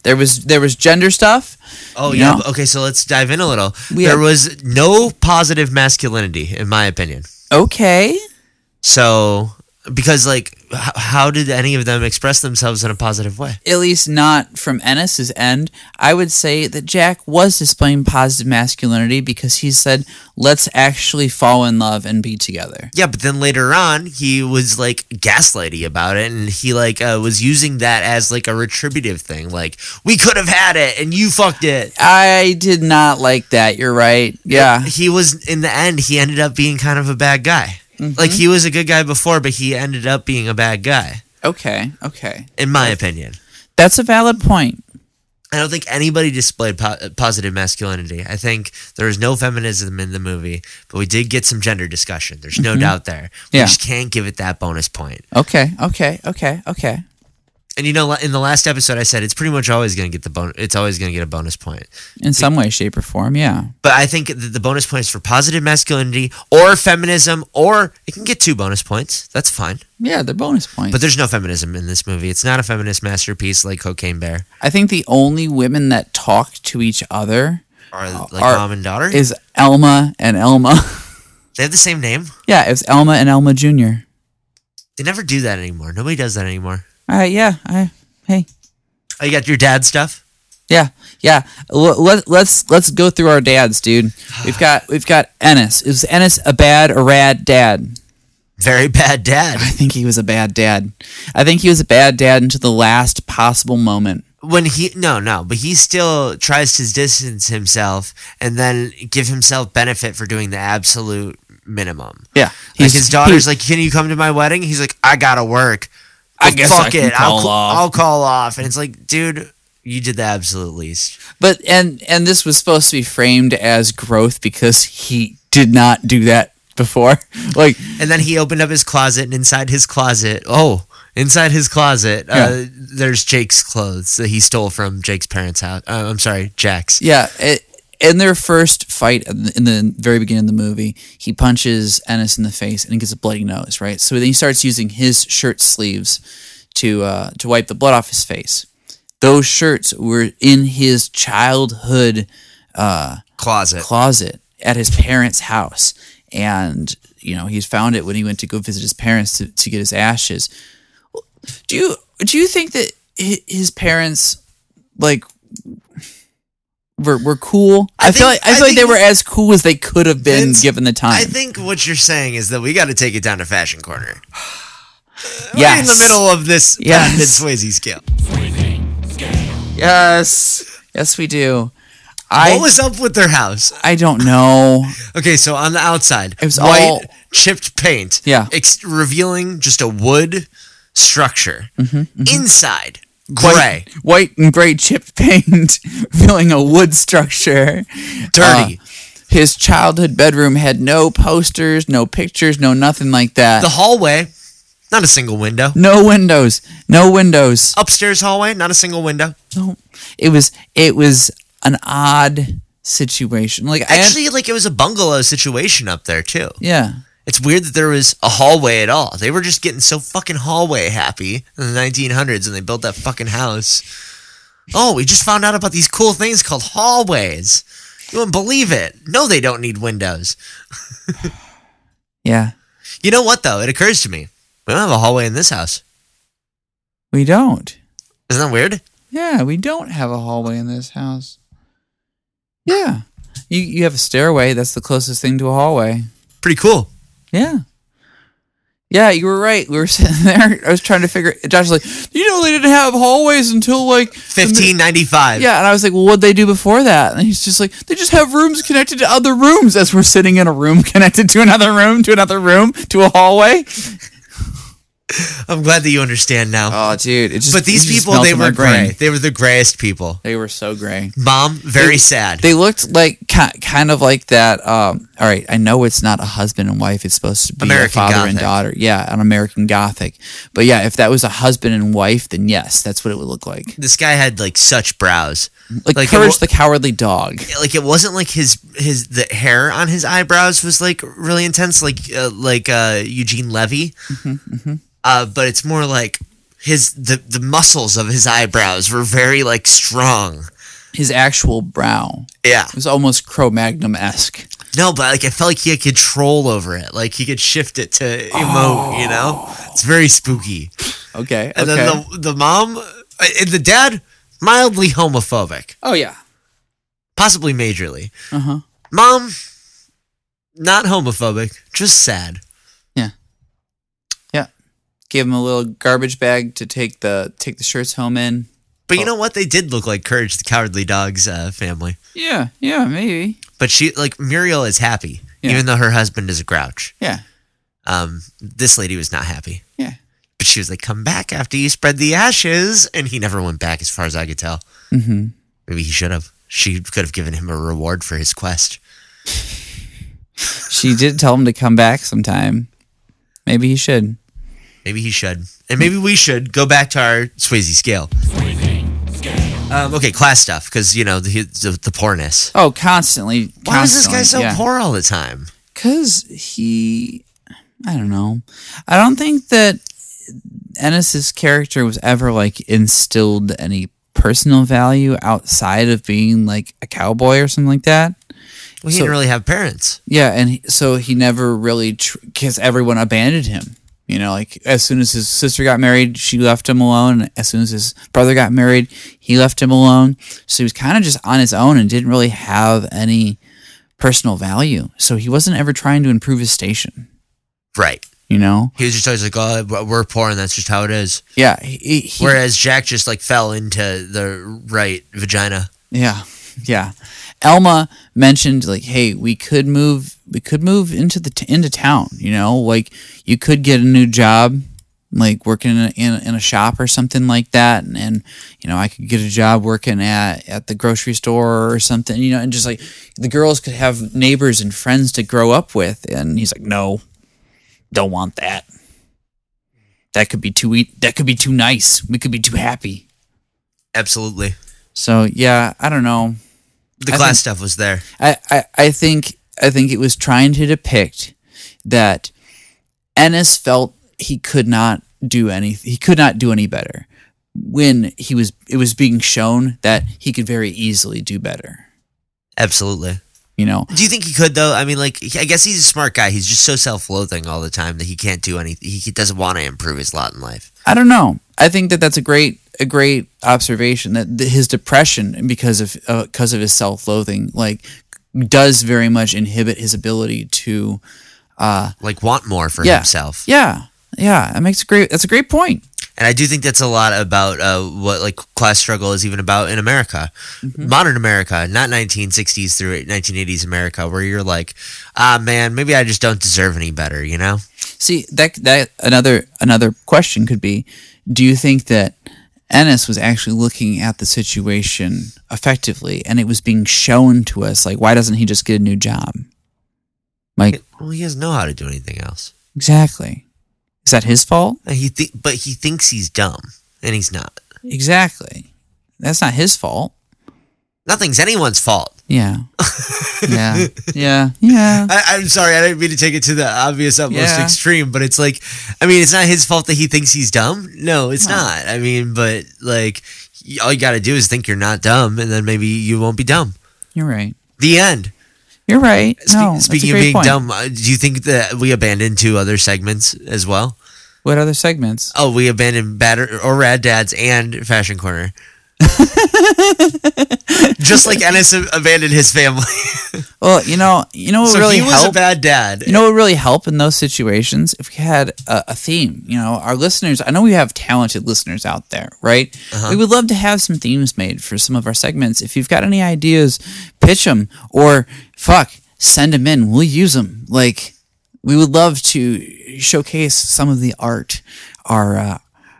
Speaker 2: there was there was gender stuff.
Speaker 3: Oh
Speaker 2: You
Speaker 3: yeah.
Speaker 2: know?
Speaker 3: Okay, so let's dive in a little.
Speaker 2: We
Speaker 3: there
Speaker 2: had-
Speaker 3: was no positive masculinity, in my opinion.
Speaker 2: Okay.
Speaker 3: So because like h- how did any of them express themselves in a positive way?
Speaker 2: at least not from Ennis's end, I would say that Jack was displaying positive masculinity because he said, "Let's actually fall in love and be together."
Speaker 3: Yeah, but then later on, he was like gaslighty about it, and he like uh, was using that as like a retributive thing. Like we could have had it, and you fucked it.
Speaker 2: I did not like that. You're right. Yeah.
Speaker 3: He was in the end. He ended up being kind of a bad guy. Like he was a good guy before, but he ended up being a bad guy,
Speaker 2: Okay. Okay.
Speaker 3: in my opinion.
Speaker 2: That's a valid point.
Speaker 3: I don't think anybody displayed po- positive masculinity. I think there was no feminism in the movie, but we did get some gender discussion. There's no doubt there. We
Speaker 2: Mm-hmm. Yeah.
Speaker 3: just can't give it that bonus point.
Speaker 2: Okay. Okay. Okay. Okay.
Speaker 3: And you know, in the last episode, I said it's pretty much always going to get the bonus. It's always going to get a bonus point.
Speaker 2: In some way, shape, or form. Yeah.
Speaker 3: But I think that the bonus points for positive masculinity or feminism, or it can get two bonus points. That's fine.
Speaker 2: Yeah. They're bonus points.
Speaker 3: But there's no feminism in this movie. It's not a feminist masterpiece like Cocaine Bear
Speaker 2: I think the only women that talk to each other
Speaker 3: or like
Speaker 2: Are-
Speaker 3: mom and daughter.
Speaker 2: is Elma and Elma.
Speaker 3: they have the same name.
Speaker 2: yeah. It's Elma and Elma Jr.
Speaker 3: They never do that anymore. Nobody does that anymore.
Speaker 2: All right. Yeah. I. Hey.
Speaker 3: Oh, you got your dad stuff.
Speaker 2: Yeah, yeah. L- let, let's let's go through our dads, dude. We've got we've got Ennis. Is Ennis a bad or rad dad?
Speaker 3: Very bad dad.
Speaker 2: I think he was a bad dad. I think he was a bad dad until the last possible moment.
Speaker 3: when he no no but he still tries to distance himself and then give himself benefit for doing the absolute minimum
Speaker 2: Yeah,
Speaker 3: like his daughter's like can you come to my wedding he's like i gotta work
Speaker 2: I
Speaker 3: Well,
Speaker 2: guess I can
Speaker 3: I'll,
Speaker 2: call
Speaker 3: ca-
Speaker 2: off."
Speaker 3: I'll call off and it's like dude you did the absolute least
Speaker 2: but and and this was supposed to be framed as growth because he did not do that before. like
Speaker 3: and then he opened up his closet and inside his closet oh inside his closet uh,
Speaker 2: Yeah.
Speaker 3: there's jake's clothes that he stole from jake's parents house uh, i'm sorry jack's
Speaker 2: Yeah, it, in their first fight in the, in the very beginning of the movie, he punches Ennis in the face and he gets a bloody nose, right? So then he starts using his shirt sleeves to uh, to wipe the blood off his face. Those shirts were in his childhood
Speaker 3: closet
Speaker 2: closet at his parents' house, and you know he found it when he went to go visit his parents to, to get his ashes. Do you do you think that hi- his parents like were were cool? I, feel
Speaker 3: think-
Speaker 2: like I
Speaker 3: I
Speaker 2: feel like they
Speaker 3: think-
Speaker 2: were as cool as they could have been
Speaker 3: Vince,
Speaker 2: given the time.
Speaker 3: I think what you're saying is that we got to take it down to fashion corner.
Speaker 2: yes,
Speaker 3: in the middle of this
Speaker 2: Yes.
Speaker 3: patented Swayze scale.
Speaker 2: Yes, yes, we do.
Speaker 3: what
Speaker 2: I
Speaker 3: was up with their house?
Speaker 2: I don't know.
Speaker 3: Okay, so on the outside,
Speaker 2: It was
Speaker 3: white
Speaker 2: all-
Speaker 3: chipped paint,
Speaker 2: Yeah.
Speaker 3: ex- revealing just a wood structure. Inside, gray,
Speaker 2: Mm-hmm, White and gray chipped paint, filling a wood structure.
Speaker 3: dirty.
Speaker 2: His childhood bedroom had no posters, no pictures, no nothing like that.
Speaker 3: the hallway, not a single window.
Speaker 2: no windows, no windows.
Speaker 3: Upstairs hallway, not a single window.
Speaker 2: No. It was it was an odd situation. Like I
Speaker 3: Actually, like it was a bungalow situation up there too.
Speaker 2: yeah.
Speaker 3: It's weird that there was a hallway at all. They were just getting so fucking hallway happy in the 1900s and they built that fucking house. Oh, we just found out about these cool things called hallways. You wouldn't believe it. No, they don't need windows.
Speaker 2: Yeah.
Speaker 3: You know what, though? It occurs to me. We don't have a hallway in this house.
Speaker 2: We don't.
Speaker 3: Isn't that weird?
Speaker 2: Yeah, we don't have a hallway in this house. Yeah. You you have a stairway, that's the closest thing to a hallway.
Speaker 3: Pretty cool.
Speaker 2: Yeah. Yeah, you were right. We were sitting there. I was trying to figure. Josh was like, you know, they didn't have hallways until like the mi-
Speaker 3: 1595.
Speaker 2: Yeah, and I was like, well, what'd they do before that? And he's just like, they just have rooms connected to other rooms as we're sitting in a room connected to another room, to another room, to a hallway.
Speaker 3: I'm glad that you understand now.
Speaker 2: Oh, dude. It just,
Speaker 3: but these
Speaker 2: it just
Speaker 3: people,
Speaker 2: melts
Speaker 3: they
Speaker 2: in my
Speaker 3: were
Speaker 2: brain.
Speaker 3: gray. They were the grayest people.
Speaker 2: They were so gray.
Speaker 3: Mom, very sad.
Speaker 2: They looked like ki- kind of like that. Um, all right, I know it's not a husband and wife. It's supposed to be a
Speaker 3: American
Speaker 2: father and
Speaker 3: Gothic.
Speaker 2: daughter. Yeah, an American Gothic. But yeah, if that was a husband and wife, then yes, that's what it would look like.
Speaker 3: this guy had like such brows.
Speaker 2: Like,
Speaker 3: Like it
Speaker 2: Courage
Speaker 3: wa-
Speaker 2: the Cowardly Dog.
Speaker 3: like it wasn't like his his the hair on his eyebrows was like really intense like uh, like uh Eugene Levy uh but it's more like his the the muscles of his eyebrows were very like strong
Speaker 2: His actual brow
Speaker 3: yeah
Speaker 2: it was almost Cro Magnum esque.
Speaker 3: No, but like I felt like he had control over it. Like he could shift it to emote. You know, it's very spooky.
Speaker 2: Okay.
Speaker 3: And
Speaker 2: okay.
Speaker 3: then the the mom uh, and the dad mildly homophobic,
Speaker 2: oh yeah.
Speaker 3: possibly majorly.
Speaker 2: Uh huh.
Speaker 3: Mom, not homophobic, just sad.
Speaker 2: Yeah. Gave him a little garbage bag to take the take the shirts home in.
Speaker 3: But you
Speaker 2: Oh.
Speaker 3: know what? They did look like Courage the Cowardly Dog's uh, family.
Speaker 2: Yeah. Yeah. Maybe.
Speaker 3: But she like Muriel is happy,
Speaker 2: Yeah.
Speaker 3: even though her husband is a grouch.
Speaker 2: Yeah.
Speaker 3: Um, this lady was not happy.
Speaker 2: Yeah.
Speaker 3: But she was like, "Come back after you spread the ashes," and he never went back, as far as I could tell.
Speaker 2: Mm-hmm.
Speaker 3: Maybe he should have. She could have given him a reward for his quest.
Speaker 2: She did tell him to come back sometime. Maybe he should.
Speaker 3: Maybe he should, and maybe we should go back to our Swayze scale. Um, okay, class stuff because you know the the, the poorness.
Speaker 2: Oh, constantly.
Speaker 3: Why is this guy so
Speaker 2: constantly, yeah.
Speaker 3: poor all the time?
Speaker 2: Cause he, I don't know. I don't think that Ennis's character was ever like instilled any personal value outside of being like a cowboy or something like that.
Speaker 3: Well, he
Speaker 2: So-
Speaker 3: didn't really have parents.
Speaker 2: Yeah, and he, so he never really because everyone abandoned him. You know, like as soon as his sister got married, she left him alone. As soon as his brother got married, he left him alone. So he was kind of just on his own and didn't really have any personal value. So he wasn't ever trying to improve his station.
Speaker 3: Right.
Speaker 2: You know,
Speaker 3: He was just always like, "Oh, we're poor, and that's just how it is."
Speaker 2: yeah, he, he,
Speaker 3: Whereas Jack just like fell into the right vagina.
Speaker 2: Yeah. Yeah. Elma mentioned like, "Hey, we could move we could move into the t- into town, you know? Like you could get a new job like working in a, in, a- in a shop or something like that and, and you know, I could get a job working at at the grocery store or something, you know, and just like the girls could have neighbors and friends to grow up with." And he's like, "No. Don't want that. That could be too e- that could be too nice. We could be too happy."
Speaker 3: Absolutely.
Speaker 2: So, yeah, I don't know.
Speaker 3: The
Speaker 2: I
Speaker 3: class
Speaker 2: think-
Speaker 3: stuff was there.
Speaker 2: I, I, I think I think it was trying to depict that Ennis felt he could not do any he could not do any better when he was it was being shown that he could very easily do better.
Speaker 3: Absolutely.
Speaker 2: You know,
Speaker 3: Do you think he could though? I mean, like, I guess he's a smart guy. He's just so self-loathing all the time that he can't do anything. He doesn't want to improve his lot in life.
Speaker 2: I don't know. I think that that's a great a great observation that th- his depression because of uh, because of his self-loathing like does very much inhibit his ability to
Speaker 3: Like, want more for
Speaker 2: yeah
Speaker 3: himself.
Speaker 2: yeah yeah that makes a great that's a great point
Speaker 3: And I do think that's a lot about uh, what like class struggle is even about in America, modern America, not 1960s through 1980s America, where you're like, ah, man, maybe I just don't deserve any better, you know?
Speaker 2: See that that another another question could be: Do you think that Ennis was actually looking at the situation effectively, and it was being shown to us? Like, why doesn't he just get a new job? Like,
Speaker 3: Well, he doesn't know how to do anything else.
Speaker 2: exactly. Is that his fault?
Speaker 3: And He th- but he thinks he's dumb, and he's not.
Speaker 2: Exactly. That's not his fault.
Speaker 3: Nothing's anyone's fault.
Speaker 2: Yeah. yeah. Yeah. Yeah.
Speaker 3: I, I'm sorry, I didn't mean to take it to the obvious, utmost
Speaker 2: Yeah.
Speaker 3: extreme, but it's like, I mean, it's not his fault that he thinks he's dumb. No, it's not. I mean, but like, y- all you got to do is think you're not dumb, and then maybe you won't be dumb.
Speaker 2: You're right.
Speaker 3: The end.
Speaker 2: You're right.
Speaker 3: Spe-
Speaker 2: no. that's a
Speaker 3: speaking of
Speaker 2: great
Speaker 3: being
Speaker 2: point.
Speaker 3: dumb, uh, do you think that we abandoned two other segments as well?
Speaker 2: what other segments?
Speaker 3: Oh, we abandoned Batter or Rad Dads and Fashion Corner. Just like Ennis ab- abandoned his family.
Speaker 2: Well, you know, you know what
Speaker 3: so
Speaker 2: really
Speaker 3: he was
Speaker 2: helped?
Speaker 3: a bad dad.
Speaker 2: You know what would really help in those situations if we had a, a theme. You know, our listeners. I know we have talented listeners out there, right?
Speaker 3: Uh-huh.
Speaker 2: We would love to have some themes made for some of our segments. If you've got any ideas, pitch them or fuck, send them in. We'll use them. Like we would love to showcase some of the art our uh,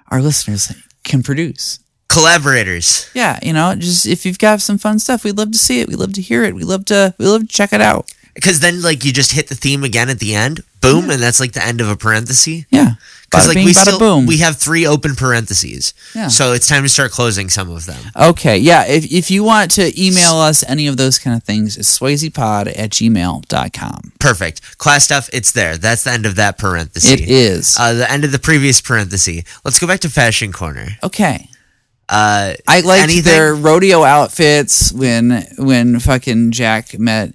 Speaker 2: our listeners can produce.
Speaker 3: Collaborators.
Speaker 2: Yeah, you know, just if you've got some fun stuff, we'd love to see it. We'd love to hear it. We love to we love to check it out.
Speaker 3: Because then, like, you just hit the theme again at the end, boom, and that's like the end of a parenthesis.
Speaker 2: Yeah.
Speaker 3: Because
Speaker 2: Bada
Speaker 3: like
Speaker 2: bing,
Speaker 3: we
Speaker 2: bada
Speaker 3: still
Speaker 2: boom.
Speaker 3: we have three open parentheses,
Speaker 2: Yeah.
Speaker 3: so it's time to start closing some of them.
Speaker 2: Okay, yeah. If, if you want to email us any of those kind of things, it's swayzepod at gmail.com.
Speaker 3: Perfect class stuff. It's there. That's the end of that parenthesis.
Speaker 2: It is.
Speaker 3: uh, the end of the previous parenthesis. Let's go back to fashion corner.
Speaker 2: Okay.
Speaker 3: Uh,
Speaker 2: I liked
Speaker 3: Anything?
Speaker 2: their rodeo outfits when when fucking Jack met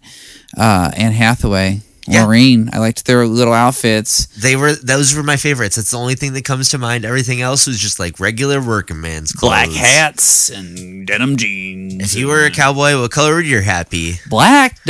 Speaker 2: uh, Anne Hathaway,
Speaker 3: Yeah.
Speaker 2: Maureen. I liked their little outfits.
Speaker 3: They were those were my favorites. That's the only thing that comes to mind. Everything else was just like regular working man's clothes.
Speaker 2: hats and denim jeans.
Speaker 3: If you were a cowboy, what color would your hat be?
Speaker 2: black,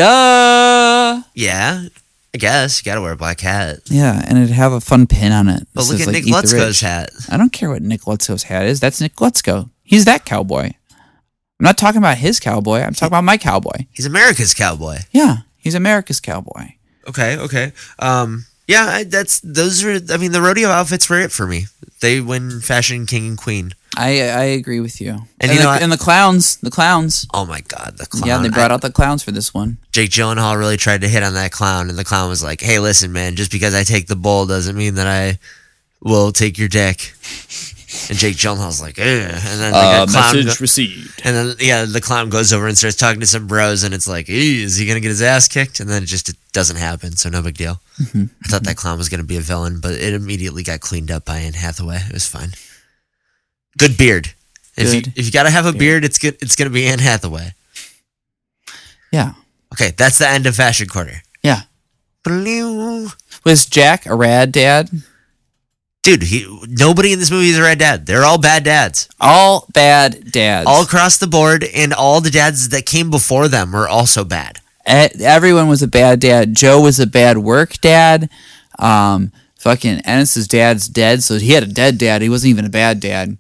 Speaker 2: duh.
Speaker 3: Yeah, I guess you gotta wear a black hat.
Speaker 2: Yeah, and it'd have a fun pin on it.
Speaker 3: But
Speaker 2: This
Speaker 3: look
Speaker 2: is
Speaker 3: at
Speaker 2: like
Speaker 3: Nick
Speaker 2: Eat the
Speaker 3: Lutzko's
Speaker 2: Rich.
Speaker 3: hat.
Speaker 2: I don't care what Nick Lutzko's hat is. That's Nick Lutzko. He's that cowboy. I'm not talking about his cowboy. I'm talking about my cowboy.
Speaker 3: He's America's cowboy.
Speaker 2: Yeah, he's America's cowboy.
Speaker 3: Okay, okay. Um, yeah, I, that's those are. I mean, the rodeo outfits were it for me. They win fashion king and queen.
Speaker 2: I I agree with you. And,
Speaker 3: you
Speaker 2: the,
Speaker 3: know, I-
Speaker 2: and the clowns, the clowns.
Speaker 3: Oh my god, the clown!
Speaker 2: Yeah, they
Speaker 3: I-
Speaker 2: brought out the clowns for this one.
Speaker 3: Jake Gyllenhaal really tried to hit on that clown, and the clown was like, "Hey, listen, man, just because I take the bull doesn't mean that I will take your dick." And Jake Gyllenhaal's like, "Ugh," and then like, a clown go-
Speaker 2: Uh, received.
Speaker 3: and then yeah, the clown goes over and starts talking to some bros, and it's like, "Ew, "Is he gonna get his ass kicked?" And then it just it doesn't happen, so no big deal.
Speaker 2: Mm-hmm.
Speaker 3: I thought that clown was gonna be a villain, but it immediately got cleaned up by Anne Hathaway. It was fine. Good beard. If you
Speaker 2: Good
Speaker 3: if you gotta have a beard, it's good. It's gonna be Anne Hathaway.
Speaker 2: Yeah,
Speaker 3: Okay, that's the end of Fashion Quarter.
Speaker 2: yeah.
Speaker 3: Blue.
Speaker 2: Was Jack a rad dad?
Speaker 3: Dude, he, nobody in this movie is a red dad. They're all bad dads.
Speaker 2: All bad dads.
Speaker 3: All across the board, and all the dads that came before them were also bad.
Speaker 2: E- everyone was a bad dad. Joe was a bad work dad. Um, fucking Ennis's dad's dead, so he had a dead dad. He wasn't even a bad dad.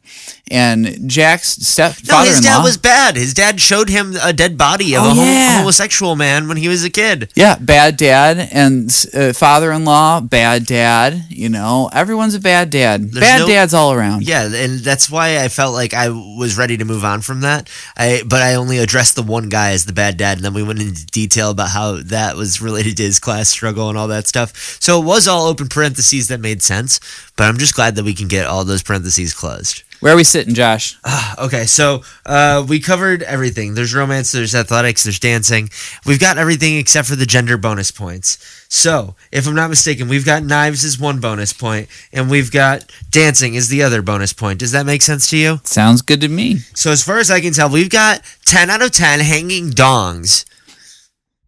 Speaker 2: And Jack's
Speaker 3: No,
Speaker 2: stepfather
Speaker 3: his
Speaker 2: in law
Speaker 3: dad was bad. His dad showed him a dead body of
Speaker 2: Oh,
Speaker 3: a hom-
Speaker 2: yeah.
Speaker 3: homosexual man when he was a kid.
Speaker 2: Yeah, bad dad and uh, father-in-law, bad dad. You know, everyone's a bad dad. bad
Speaker 3: no-
Speaker 2: dads all around.
Speaker 3: Yeah, and that's why I felt like I was ready to move on from that. I but I only addressed the one guy as the bad dad, and then we went into detail about how that was related to his class struggle and all that stuff. So it was all open parentheses that made sense. But I'm just glad that we can get all those parentheses closed.
Speaker 2: Where are we sitting, Josh?
Speaker 3: Ah, Okay, so uh, we covered everything. There's romance, there's athletics, there's dancing. We've got everything except for the gender bonus points. So, if I'm not mistaken, we've got knives as one bonus point, and we've got dancing as the other bonus point. Does that make sense to you?
Speaker 2: Sounds good to me.
Speaker 3: So, as far as I can tell, we've got 10 out of 10 hanging dongs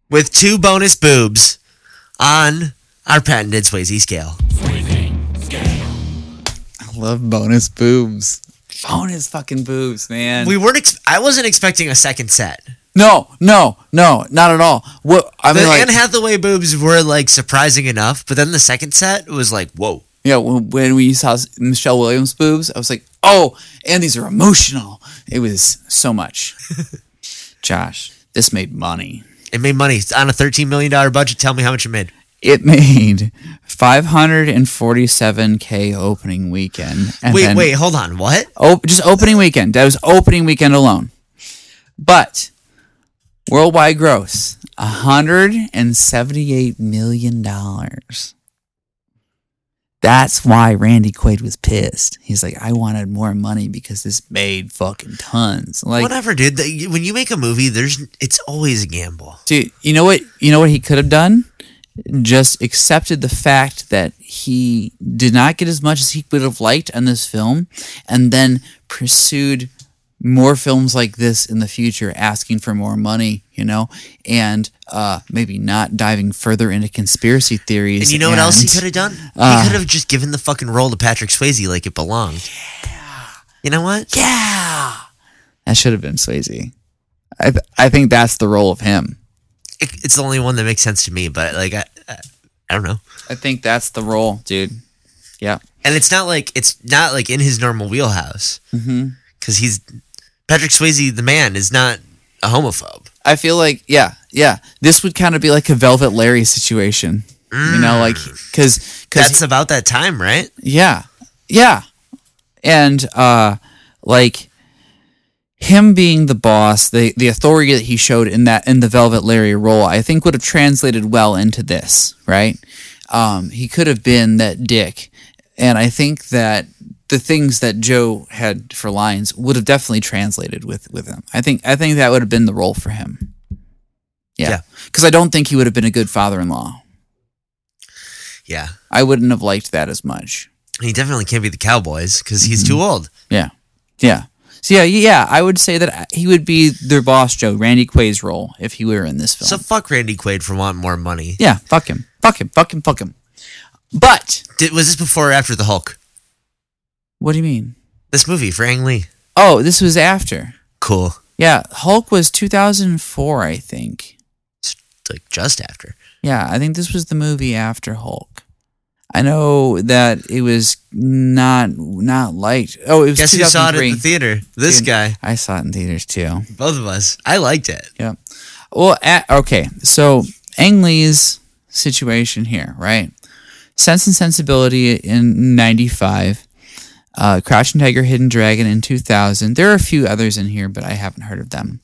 Speaker 3: with two bonus boobs on our patented Swayze scale.
Speaker 2: I love bonus boobs. Bonus fucking boobs, man.
Speaker 3: We weren't. Ex- I wasn't expecting a second set.
Speaker 2: no, no, no, not at all. What I
Speaker 3: The
Speaker 2: mean, like,
Speaker 3: Anne Hathaway boobs were like surprising enough, but then the second set was like, whoa.
Speaker 2: yeah, when, when we saw Michelle Williams' boobs, I was like, oh, and these are emotional. It was so much. Josh, this made money.
Speaker 3: It made money It's on a $13 million budget. Tell me how much it made.
Speaker 2: It made 547k opening weekend. And
Speaker 3: wait,
Speaker 2: then-
Speaker 3: wait, hold on. What?
Speaker 2: Op- just opening weekend. That was opening weekend alone. But worldwide gross, $178 million. That's why Randy Quaid was pissed. He's like, I wanted more money because this made fucking tons. Like,
Speaker 3: Whatever, dude. The- when you make a movie, there's it's always a gamble.
Speaker 2: Dude, you know what? You know what he could have done? Just accepted the fact that he did not get as much as he would have liked on this film, and then pursued more films like this in the future, asking for more money. You know, and uh, maybe not diving further into conspiracy theories.
Speaker 3: And you know what else he
Speaker 2: and- Uh.
Speaker 3: could have done? he could have just given the fucking role to Patrick Swayze like it belonged. Yeah. You know what?
Speaker 2: Yeah, that should have been Swayze. I th- I think that's the role of him.
Speaker 3: It, it's the only one that makes sense to me, but like, I, I, I don't know.
Speaker 2: I think that's the role, dude. Yeah.
Speaker 3: and it's not like it's not like in his normal wheelhouse
Speaker 2: Mm-hmm.
Speaker 3: because he's Patrick Swayze, the man, is not a homophobe.
Speaker 2: I feel like yeah, yeah. This would kind of be like a Velvet Larry situation, you know, like because
Speaker 3: That's
Speaker 2: because
Speaker 3: about that time, right?
Speaker 2: yeah, yeah, and uh, like him being the boss, the the authority that he showed in that in the Velvet Larry role, I think would have translated well into this, right? Um, he could have been that dick, and I think that the things that Joe had for lines would have definitely translated with with him. I think I think that would have been the role for him.
Speaker 3: Yeah.
Speaker 2: Yeah, because I don't think he would have been a good father-in-law.
Speaker 3: Yeah,
Speaker 2: I wouldn't have liked that as much. Mm-hmm.
Speaker 3: And he definitely can't be the Cowboys because he's too old.
Speaker 2: Yeah. Yeah. So yeah, yeah, I would say that he would be their boss Joe, Randy Quaid's role if he were in this film.
Speaker 3: So fuck Randy Quaid for wanting more money.
Speaker 2: yeah, fuck him, fuck him, fuck him, fuck him. But
Speaker 3: Did, was this before or after the Hulk?
Speaker 2: what do you mean?
Speaker 3: This movie for Ang Lee.
Speaker 2: Oh, this was after.
Speaker 3: Cool.
Speaker 2: Yeah, Hulk was 2004, I think.
Speaker 3: Like just after.
Speaker 2: Yeah, I think this was the movie after Hulk. I know that it was not not liked. Oh, it was
Speaker 3: Guess who saw it at
Speaker 2: 2003.
Speaker 3: the theater? This
Speaker 2: Dude,
Speaker 3: guy.
Speaker 2: I saw it in theaters too.
Speaker 3: Both of us. I liked it.
Speaker 2: Yeah. Well, a okay. So Ang Lee's situation here, right? Sense and Sensibility in '95, uh, Crouching Tiger, Hidden Dragon in 2000. There are a few others in here, but I haven't heard of them.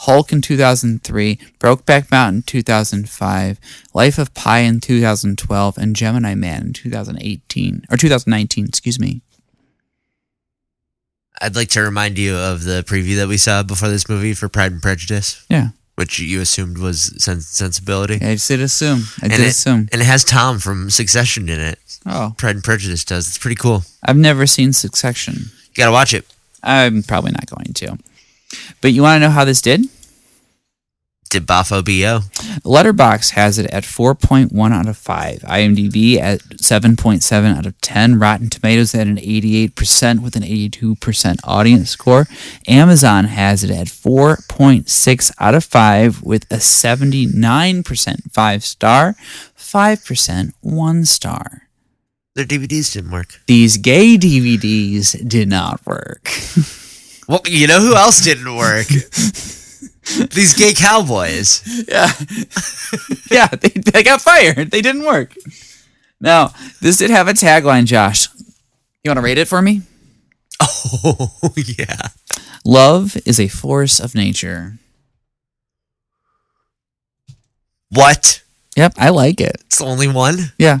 Speaker 2: Hulk in 2003, Brokeback Mountain 2005, Life of Pi in 2012, and Gemini Man in 2018 or 2019. Excuse me.
Speaker 3: I'd like to remind you of the preview that we saw before this movie for Pride and Prejudice,
Speaker 2: Yeah,
Speaker 3: which you assumed was Sens- Sensibility.
Speaker 2: I just did assume. I
Speaker 3: and
Speaker 2: did
Speaker 3: it,
Speaker 2: assume.
Speaker 3: And it has Tom from Succession in it.
Speaker 2: Oh,
Speaker 3: Pride and Prejudice does. It's pretty cool.
Speaker 2: I've never seen Succession.
Speaker 3: You gotta watch it.
Speaker 2: I'm probably not going to. But you want to know how this did?
Speaker 3: Did Bafo BO?
Speaker 2: Letterbox has it at 4.1 out of 5. IMDb at 7.7 out of 10. Rotten Tomatoes at an 88% with an 82% audience score. Amazon has it at 4.6 out of 5 with a 79% 5 star, 5% 1 star.
Speaker 3: Their DVDs didn't work.
Speaker 2: These gay DVDs did not work.
Speaker 3: Well, you know who else didn't work? These gay cowboys.
Speaker 2: Yeah. yeah, they, they got fired. They didn't work. Now, this did have a tagline, Josh. You want to rate it for me?
Speaker 3: Oh, yeah.
Speaker 2: Love is a force of nature.
Speaker 3: What?
Speaker 2: Yep, I like it.
Speaker 3: It's the only one?
Speaker 2: Yeah.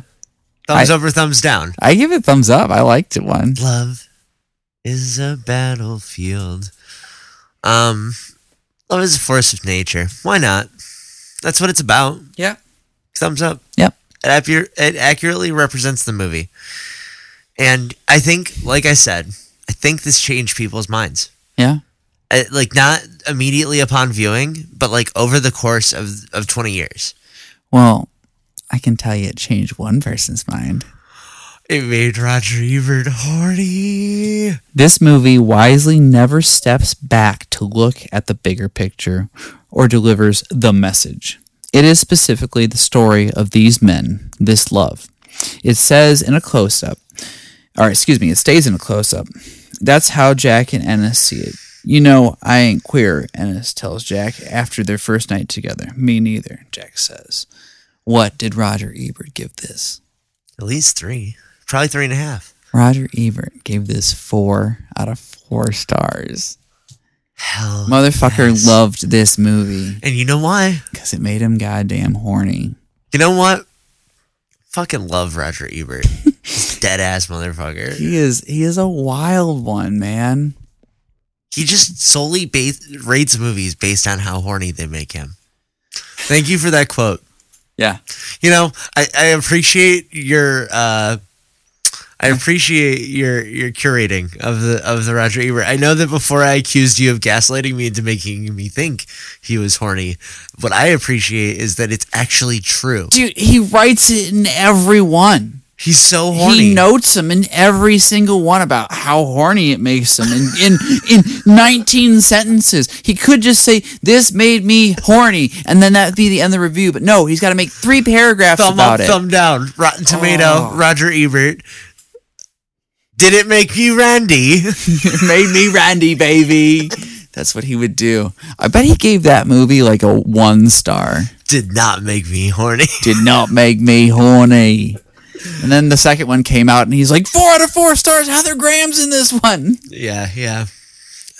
Speaker 3: Thumbs
Speaker 2: I-
Speaker 3: up or thumbs down?
Speaker 2: I give it thumbs up. I liked it one.
Speaker 3: Love is a battlefield. Um, love is a force of nature. Why not? That's what it's about.
Speaker 2: Yeah.
Speaker 3: Thumbs up.
Speaker 2: Yep.
Speaker 3: It, accu- it accurately represents the movie. And I think, like I said, I think this changed people's minds.
Speaker 2: Yeah.
Speaker 3: Uh, like not immediately upon viewing, but like over the course of of twenty years.
Speaker 2: Well, I can tell you it changed one person's mind.
Speaker 3: It made Roger Ebert horny.
Speaker 2: This movie wisely never steps back to look at the bigger picture or delivers the message. It is specifically the story of these men, this love. It says in a close up, or excuse me, it stays in a close up. That's how Jack and Ennis see it. You know, I ain't queer, Ennis tells Jack after their first night together. Me neither, Jack says. What did Roger Ebert give this?
Speaker 3: At least three, probably three and a half.
Speaker 2: Roger Ebert gave this four out of four stars.
Speaker 3: Hell,
Speaker 2: Motherfucker
Speaker 3: yes.
Speaker 2: loved this movie
Speaker 3: And you know why?
Speaker 2: because it made him goddamn horny.
Speaker 3: You know what? Fucking love Roger Ebert. Dead ass motherfucker.
Speaker 2: He is he is a wild one, man.
Speaker 3: He just solely base, rates movies based on how horny they make him. Thank you for that quote.
Speaker 2: Yeah.
Speaker 3: you know, I, I appreciate your uh, I appreciate your your curating of the of the Roger Ebert. I know that before I accused you of gaslighting me into making me think he was horny. What I appreciate is that it's actually true.
Speaker 2: Dude, he writes it in every one.
Speaker 3: He's so horny.
Speaker 2: He notes them in every single one about how horny it makes them in, in in 19 sentences. He could just say, This made me horny, and then that'd be the end of the review. But no, he's got to make three paragraphs
Speaker 3: thumb
Speaker 2: about
Speaker 3: up,
Speaker 2: it.
Speaker 3: thumb down. Rotten Tomato,
Speaker 2: Oh.
Speaker 3: Roger Ebert. Did it make you Randy?
Speaker 2: It made me Randy, baby. That's what he would do. I bet he gave that movie like a one star.
Speaker 3: Did not make me horny.
Speaker 2: Did not make me horny. And then the second one came out, and he's like, four out of four stars. Heather Graham's in this one.
Speaker 3: Yeah, yeah.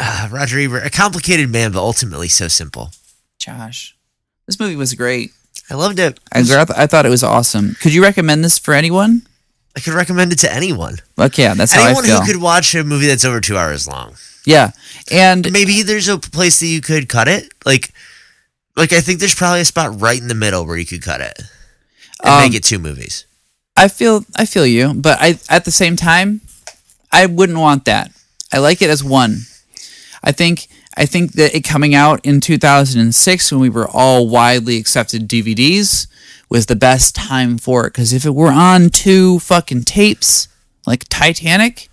Speaker 3: Uh, Roger Ebert, a complicated man, but ultimately so simple.
Speaker 2: Josh, this movie was great.
Speaker 3: I loved it.
Speaker 2: I, I thought it was awesome. Could you recommend this for anyone?
Speaker 3: I could recommend it to anyone.
Speaker 2: Like, yeah, that's how
Speaker 3: anyone
Speaker 2: I feel.
Speaker 3: who could watch a movie that's over two hours long.
Speaker 2: yeah, and
Speaker 3: Maybe there's a place that you could cut it. Like, like I think there's probably a spot right in the middle where you could cut it and
Speaker 2: Um,
Speaker 3: make it two movies.
Speaker 2: I feel I feel you, but I at the same time, I wouldn't want that. I like it as one. I think I think that it coming out in 2006 when we were all widely accepted DVDs was the best time for it because if it were on two fucking tapes like Titanic,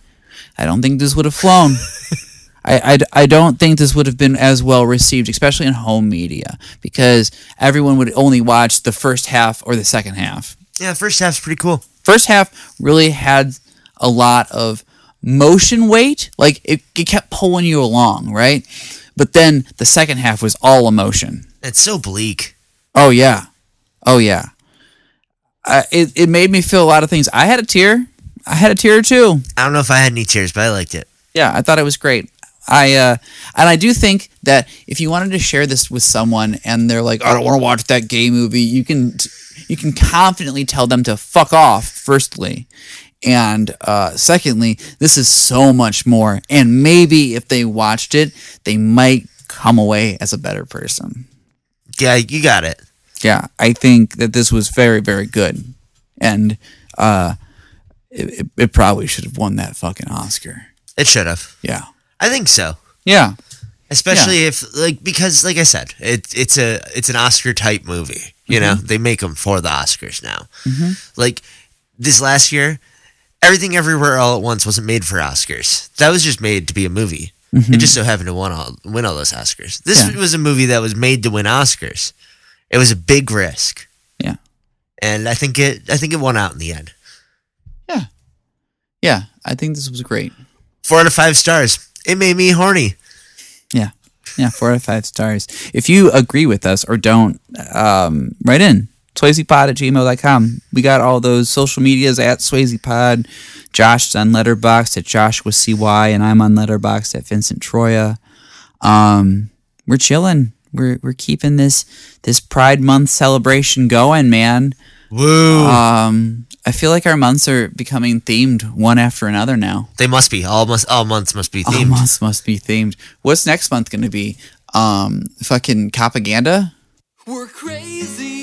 Speaker 2: I don't think this would have flown. I, I, I don't think this would have been as well received, especially in home media, because everyone would only watch the first half or the second half
Speaker 3: Yeah, first half's pretty cool.
Speaker 2: first half really had a lot of motion weight like it, it kept pulling you along right but then the second half was all emotion
Speaker 3: It's so bleak.
Speaker 2: oh yeah oh yeah I, it, it made me feel a lot of things i had a tear i had a tear or two
Speaker 3: I don't know if I had any tears, but I liked it.
Speaker 2: yeah i thought it was great i uh and i do think that if you wanted to share this with someone and they're like i don't want to watch that gay movie you can you can confidently tell them to fuck off firstly and uh secondly this is so much more and maybe if they watched it they might come away as a better person
Speaker 3: Yeah, you got it.
Speaker 2: yeah, I think that this was very, very good, and uh, it, it- it probably should have won that fucking Oscar.
Speaker 3: It should have.
Speaker 2: Yeah,
Speaker 3: I think so.
Speaker 2: yeah,
Speaker 3: Especially if like because like I said, it, it's a it's an Oscar type movie. You
Speaker 2: Mm-hmm.
Speaker 3: know, they make them for the Oscars now. Like this last year, everything everywhere all at once wasn't made for Oscars. That was just made to be a movie. It just so happened to win all win all those Oscars. This
Speaker 2: Mm-hmm. Yeah.
Speaker 3: was a movie that was made to win Oscars. It was a big risk,
Speaker 2: yeah,
Speaker 3: and I think it I think it won out in the end.
Speaker 2: yeah, yeah. I think this was great.
Speaker 3: Four out of five stars. It made me horny.
Speaker 2: Yeah, yeah. Four out of five stars. If you agree with us or don't, um, write in swayzepod at gmail.com. We got all those social medias at swayzepod. Josh's on Letterboxd at Joshua CY, and I'm on Letterboxd at Vincent Troya. Um, we're chilling. We're, we're keeping this this Pride Month celebration going, man.
Speaker 3: Woo!
Speaker 2: Um, I feel like our months are becoming themed one after another now.
Speaker 3: they must be all must all months must be
Speaker 2: Oh,
Speaker 3: themed.
Speaker 2: months must be themed. What's next month going to be? Um, fucking propaganda.
Speaker 1: We're crazy